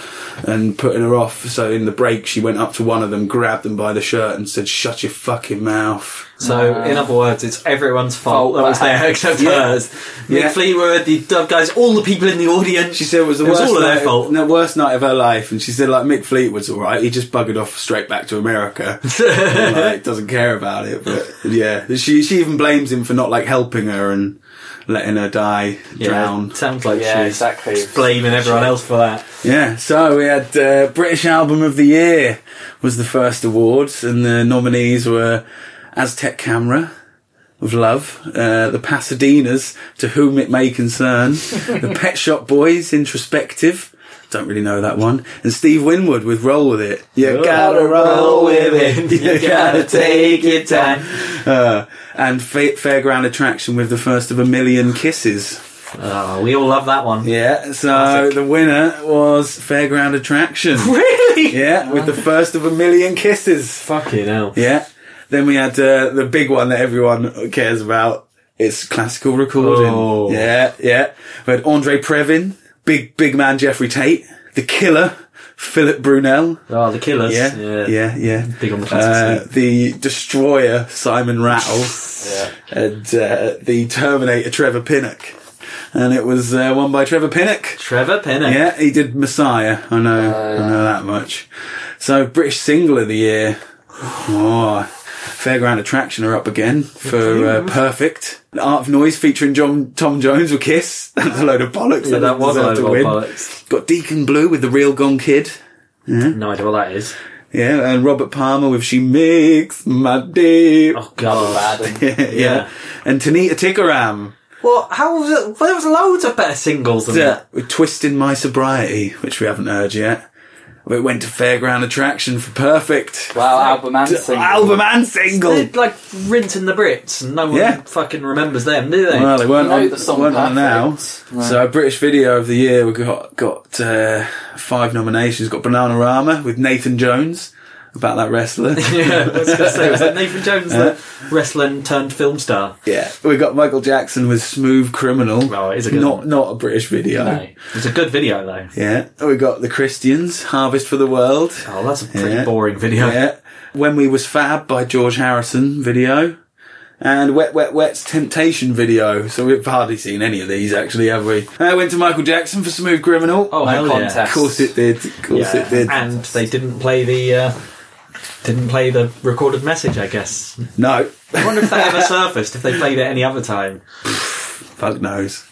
B: and putting her off. So in the break, she went up to one of them, grabbed them by the shirt, and said, "Shut your fucking mouth."
C: So,
B: Ah.
C: in other words, it's everyone's fault that was there except hers. Mick
B: Yeah.
C: Fleetwood, the dub guys, all the people in the audience.
B: She said it was the
C: It was
B: worst
C: all
B: night
C: their fault.
B: no, worst night of her life, and she said like Mick Fleetwood's all right. He just buggered off straight back to
C: <laughs>
B: America. And, like, doesn't care about it. But yeah, she she even blames him for not like helping her and letting her die
C: Yeah,
B: drown.
C: Sounds like
A: Yeah,
C: she's
A: exactly.
C: blaming everyone else for that.
B: Yeah, so we had uh, British Album of the Year was the first awards, and the nominees were Aztec Camera of Love, uh, the Pasadenas, To Whom It May Concern, <laughs> the Pet Shop Boys, Introspective. Don't really know that one. And Steve Winwood with Roll With It. You gotta roll with it. Oh. <laughs>
C: <laughs>
B: You gotta take your time. Uh, and fa- Fairground Attraction with the first of a million kisses.
C: Oh, we all love that one.
B: Yeah, so the winner was Fairground <laughs> Attraction.
C: <laughs> Really?
B: Yeah, with the first of a million kisses.
C: Fucking hell.
B: Yeah. Then we had uh, the big one that everyone cares about. It's classical recording.
C: Oh.
B: Yeah, yeah. We had Andre Previn, big big man Jeffrey Tate, The Killer, Philip Brunel.
C: Oh, the killers.
B: Yeah,
C: yeah.
B: yeah, yeah.
C: Big on the classical
B: Uh, the Destroyer, Simon Rattle, and uh, the Terminator, Trevor Pinnock. And it was uh, won by Trevor Pinnock.
C: Trevor Pinnock.
B: Yeah, he did Messiah. I know,
C: Uh,
B: I know that much. So British single of the year. Oh, Fairground Attraction are up again for uh, Perfect. Art of Noise featuring John Tom Jones with Kiss. <laughs> That's a load of bollocks.
C: Yeah, that was a
B: doesn't
C: load of
B: deserve
C: old
B: to win.
C: bollocks.
B: Got Deacon Blue with the Real Gone Kid.
C: No idea what that is.
B: Yeah, and Robert Palmer with She Makes My Day.
C: Oh god.
B: <laughs> yeah.
C: yeah.
B: and Tanita Tikaram.
C: Well, how was it? Well, there was loads of better singles than
B: We're twisting my sobriety, which we haven't heard yet. It went to Fairground Attraction for Perfect.
A: Wow, album
B: <laughs>
A: and single.
B: Album and single.
C: They're like rinsing the Brits, and no one
B: Yeah.
C: fucking remembers them, do they? <laughs>
B: Well, they weren't
A: know
B: on,
A: the song
B: weren't on now.
A: perfect. Right.
B: So, British Video of the Year, we got got uh, five nominations. Got Banana Rama with Nathan Jones about that
A: <laughs>
B: wrestler.
C: yeah, I was going to say, was
B: <laughs>
C: that Nathan Jones, the wrestling turned film star?
B: yeah, we got Michael Jackson with Smooth Criminal.
C: Well, it is a good
B: not
C: one.
B: not a British video.
C: No. It's a good video, though.
B: Yeah, we got the Christians Harvest for the World.
C: Oh, that's a pretty
B: Yeah.
C: boring video.
B: Yeah. When We Was Fab by George Harrison video. And Wet Wet Wet's Temptation video. So we've hardly seen any of these actually, have we? I went to Michael Jackson for Smooth Criminal.
C: Oh, hell
A: contest.
B: Of course it did. Of
C: yeah.
B: course
C: Yeah.
B: it did.
C: And they didn't play the uh, didn't play the recorded message, I guess.
B: no. <laughs>
C: I wonder if that ever surfaced, if they played it any other time.
B: Fuck knows.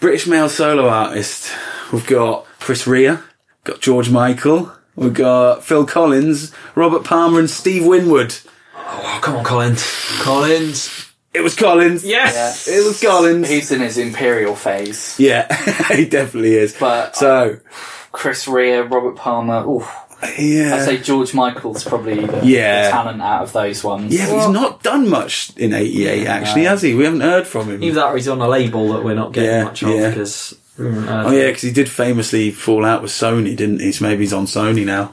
B: British male solo artist. We've got Chris Rea. Got George Michael. We've got Phil Collins, Robert Palmer and Steve Winwood.
C: Oh, come on, Collins. Collins.
B: It was Collins.
C: Yes.
B: It was Collins.
A: He's in his imperial phase.
B: yeah, <laughs> he definitely is.
A: But-
B: so,
A: Chris Rea, Robert Palmer. Ooh,
B: yeah.
A: I'd say George Michael's probably the,
B: Yeah.
A: the talent out of those ones.
B: Yeah, but he's not done much in '88, actually, has he? We haven't heard from him.
C: Either that or he's on a label that we're not getting
B: Yeah,
C: much of mm, uh,
B: yeah.
C: because.
B: oh yeah, because he did famously fall out with Sony, didn't he? So maybe he's on Sony now.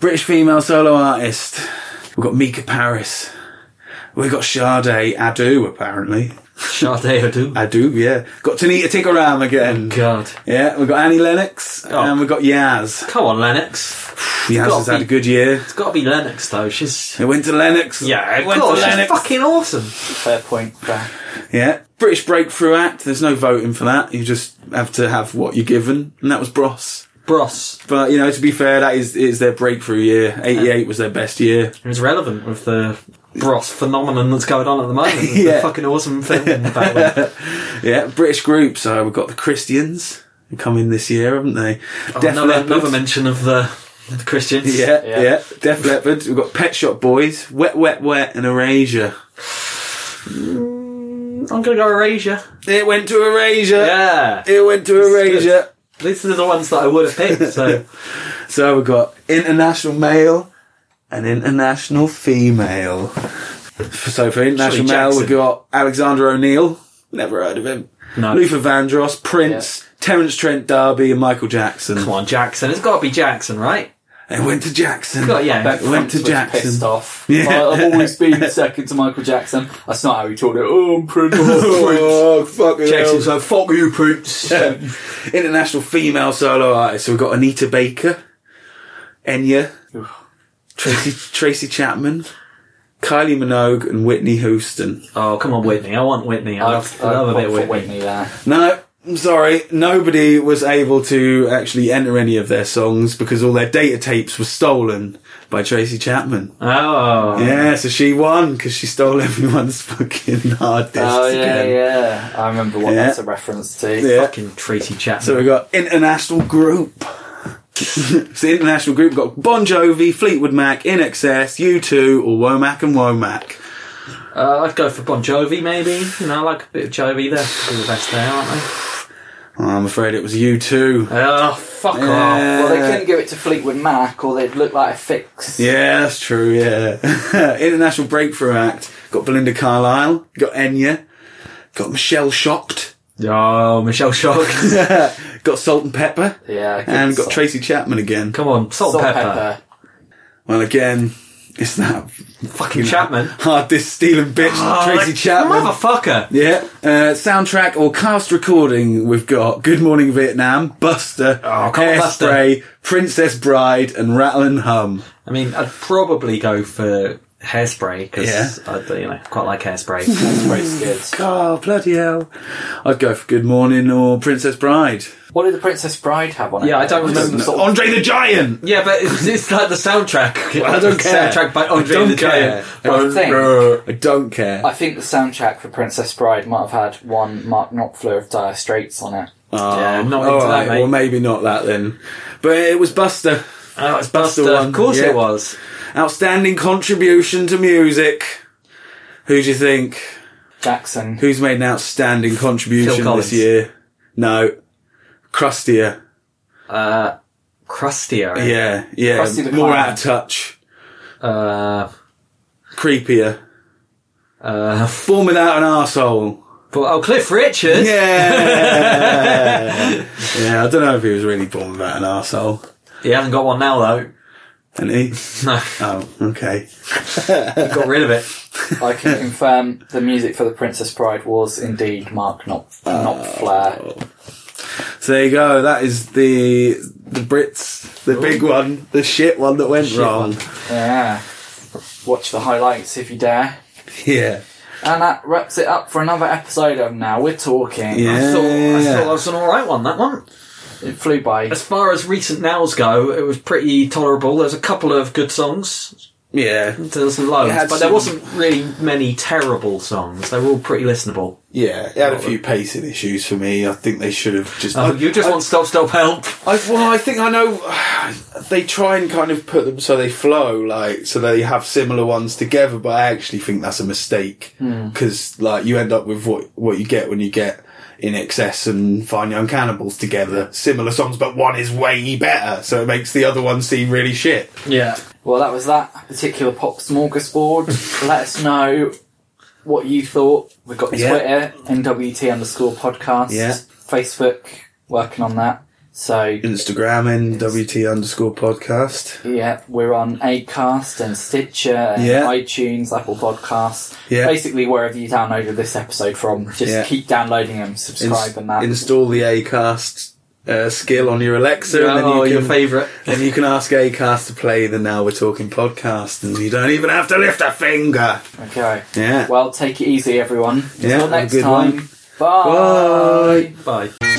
B: British female solo artist. We've got Mika Paris. We've got Sade Adu, apparently.
C: Sade Adu.
B: Adu, yeah. Got Tanita Tikaram again.
C: God.
B: Yeah, we've got Annie Lennox.
C: Oh.
B: And we've got Yaz.
C: Come on, Lennox.
B: Yaz has had
C: be-
B: a good year.
C: It's got to be Lennox, though. She's.
B: It went to Lennox.
C: Yeah,
B: it went to
C: she's
B: Lennox.
C: fucking awesome.
A: Fair point. there.
B: Yeah. British Breakthrough Act. There's no voting for that. You just have to have what you're given. And that was Bros.
C: Bros.
B: But, you know, to be fair, that is, is their breakthrough year. 88 was their best year.
C: It was relevant with the Bros phenomenon that's going on at the <laughs> moment.
B: Yeah.
C: The fucking awesome film <laughs> about them.
B: Yeah. British group. So we've got the Christians who come in this year, haven't they? Def
C: Oh, another,
B: Leppard.
C: another mention of the, the Christians.
B: Yeah, yeah,
A: Yeah.
B: Def Leppard. We've got Pet Shop Boys, Wet, Wet, Wet, and Erasure.
C: I'm going to go Erasure.
B: It went to Erasure.
C: Yeah.
B: It went to Erasure.
C: These are the ones that I would have picked, <laughs> so.
B: So we've got international male and international female. So for international
C: Shirley
B: male,
C: Jackson.
B: we've got Alexander O'Neill. Never heard of him.
C: No.
B: Luther Vandross, Prince, Terence Trent D'Arby, and Michael Jackson.
C: Come on, Jackson. It's got to be Jackson, right?
B: They went to Jackson.
C: Got- yeah.
A: Beck
B: Went to
A: Frantz was
B: Jackson.
A: Pissed off.
B: Yeah.
A: Like, I've always been
B: <laughs>
A: second to Michael Jackson. That's not how he taught it. Oh, I'm Prince. <laughs> Oh,
B: Oh, fuck it.
C: Jackson's like, fuck you, Prince.
B: <laughs> International female solo artist. So we've got Anita Baker, Enya, Tracy, Tracy Chapman, Kylie Minogue, and Whitney Houston.
C: Oh, come on, Whitney. I want Whitney. I love, I love a bit of Whitney.
A: there.
B: No, I'm sorry. Nobody was able to actually enter any of their songs because all their data tapes were stolen by Tracy Chapman.
C: Oh.
B: Yeah, so she won because she stole <laughs> everyone's fucking hard discs.
A: Oh yeah,
B: again.
A: yeah. I remember what
B: Yeah.
A: that's a reference to.
B: Yeah.
C: Fucking Tracy Chapman.
B: So we got international group. <laughs> so the international group got Bon Jovi, Fleetwood Mac, In Excess, U2, or Womack and Womack.
C: Uh, I'd go for Bon Jovi, maybe. You know, I like a bit of Jovi. They're probably the best there, aren't they?
B: Oh, I'm afraid it was U2.
C: Oh, fuck
B: Yeah.
C: off.
A: Well, they couldn't give it to Fleetwood Mac, or they'd look like a fix.
B: Yeah, that's true. Yeah, <laughs> international breakthrough act got Belinda Carlisle, got Enya, got Michelle Shocked, <laughs>
C: Oh, Michelle Shock.
B: got Salt and Pepper,
A: Yeah, I could
B: and got
A: salt-
B: Tracy Chapman
C: <laughs>
B: again.
C: Come on, salt,
A: salt
C: and
A: pepper.
C: pepper.
B: Well, again, it's that
C: Fucking
B: <laughs>
C: Chapman.
B: hard disc stealing bitch, Tracy
C: Oh,
B: Chapman.
C: Motherfucker.
B: Yeah, uh, soundtrack or cast recording. We've got Good Morning Vietnam, Buster,
C: Oh, come on, Buster.
B: Hairspray, Princess Bride, and Rattlin' Hum.
C: I mean, I'd probably go for hairspray because
B: Yeah.
C: I you know quite like hairspray. <laughs>
A: That's good.
B: Oh bloody hell! I'd go for Good Morning or Princess Bride.
A: What did the Princess Bride have on it?
C: Yeah, I don't
A: Just
C: remember.
A: sort of-
B: Andre the <laughs> Giant.
C: yeah, but it's, it's like the
B: <laughs>
C: soundtrack.
B: I don't care.
C: Soundtrack by Andre
B: I don't
C: the
B: care.
C: Giant.
A: Well, the thing-
B: I don't care.
A: I think the soundtrack for Princess Bride might have had one Mark Knopfler of Dire Straits on it.
B: Oh,
C: yeah, not
B: all
C: into that,
B: right,
C: mate.
B: Well, maybe not that then. But it was Buster.
C: Oh, it's
B: That's the
C: Buster.
B: one,
C: Of course
B: yeah.
C: it was.
B: Outstanding contribution to music. Who do you think?
A: Jackson.
B: Who's made an outstanding contribution
C: Collins.
B: this year? No, Crustier.
C: Uh, crustier.
B: Yeah, yeah.
A: Krusty the
B: More
A: Clown.
B: out of touch.
C: Uh,
B: Creepier.
C: uh,
B: Forming out an arsehole.
C: but, oh, Cliff Richard.
B: Yeah.
A: <laughs>
B: yeah, I don't know if he was really born without an arsehole.
C: He hasn't got one now though. <laughs>
B: And he?
C: No,
B: Oh, okay.
C: he got rid of it.
A: <laughs> I
C: <laughs>
A: can confirm the music for The Princess Bride was indeed Mark Knopf-
C: Oh.
A: Knopfler.
B: So there you go. That is the the Brits, the big one, the shit one that went
C: Oh. Shit
B: wrong.
C: one.
A: Yeah. Watch the highlights if you dare.
B: <laughs> Yeah.
A: And that wraps it up for another episode of Now We're Talking.
B: <laughs> Yeah.
C: I thought, I thought that was an alright one, that one.
A: It flew by.
C: As far as recent nows go, it was pretty tolerable. There's a couple of good songs,
B: Yeah.
C: there's some
B: It
C: loads,
B: had
C: but there
B: some-
C: wasn't really many terrible songs. They were all pretty listenable.
B: Yeah. It had a few pacing issues for me. I think they should have just.
C: Oh, you just
B: I,
C: want stop, stop, help.
B: I, well, I think I know. <sighs> They try and kind of put them so they flow, like so they have similar ones together. But I actually think that's a mistake
C: Hmm.
B: because, like, you end up with what what you get when you get in excess and fine young cannibals together, similar songs, but one is way better, so it makes the other one seem really shit.
C: Yeah.
A: Well, that was that particular pop smorgasbord. Let us know what you thought. We've got
B: Yeah.
A: Twitter, NWT underscore podcast,
B: Yeah.
A: Facebook, working on that. So,
B: Instagram NWT underscore podcast.
A: yeah, we're on Acast and Stitcher and
B: Yeah.
A: iTunes, Apple Podcasts.
B: Yeah.
A: Basically, wherever you downloaded this episode from, just
B: Yeah.
A: keep downloading them,
B: Ins-
A: subscribe and that.
B: Install the Acast uh, skill on your Alexa, and then you
C: oh,
B: can
C: your
B: <laughs>
C: favourite.
B: Then you can ask Acast to play the Now We're Talking podcast, and you don't even have to lift a finger.
A: okay.
B: Yeah.
A: Well, take it easy, everyone. Until
B: Yeah, have a
A: next
B: good
A: time.
B: one. Bye.
A: Bye.
C: Bye.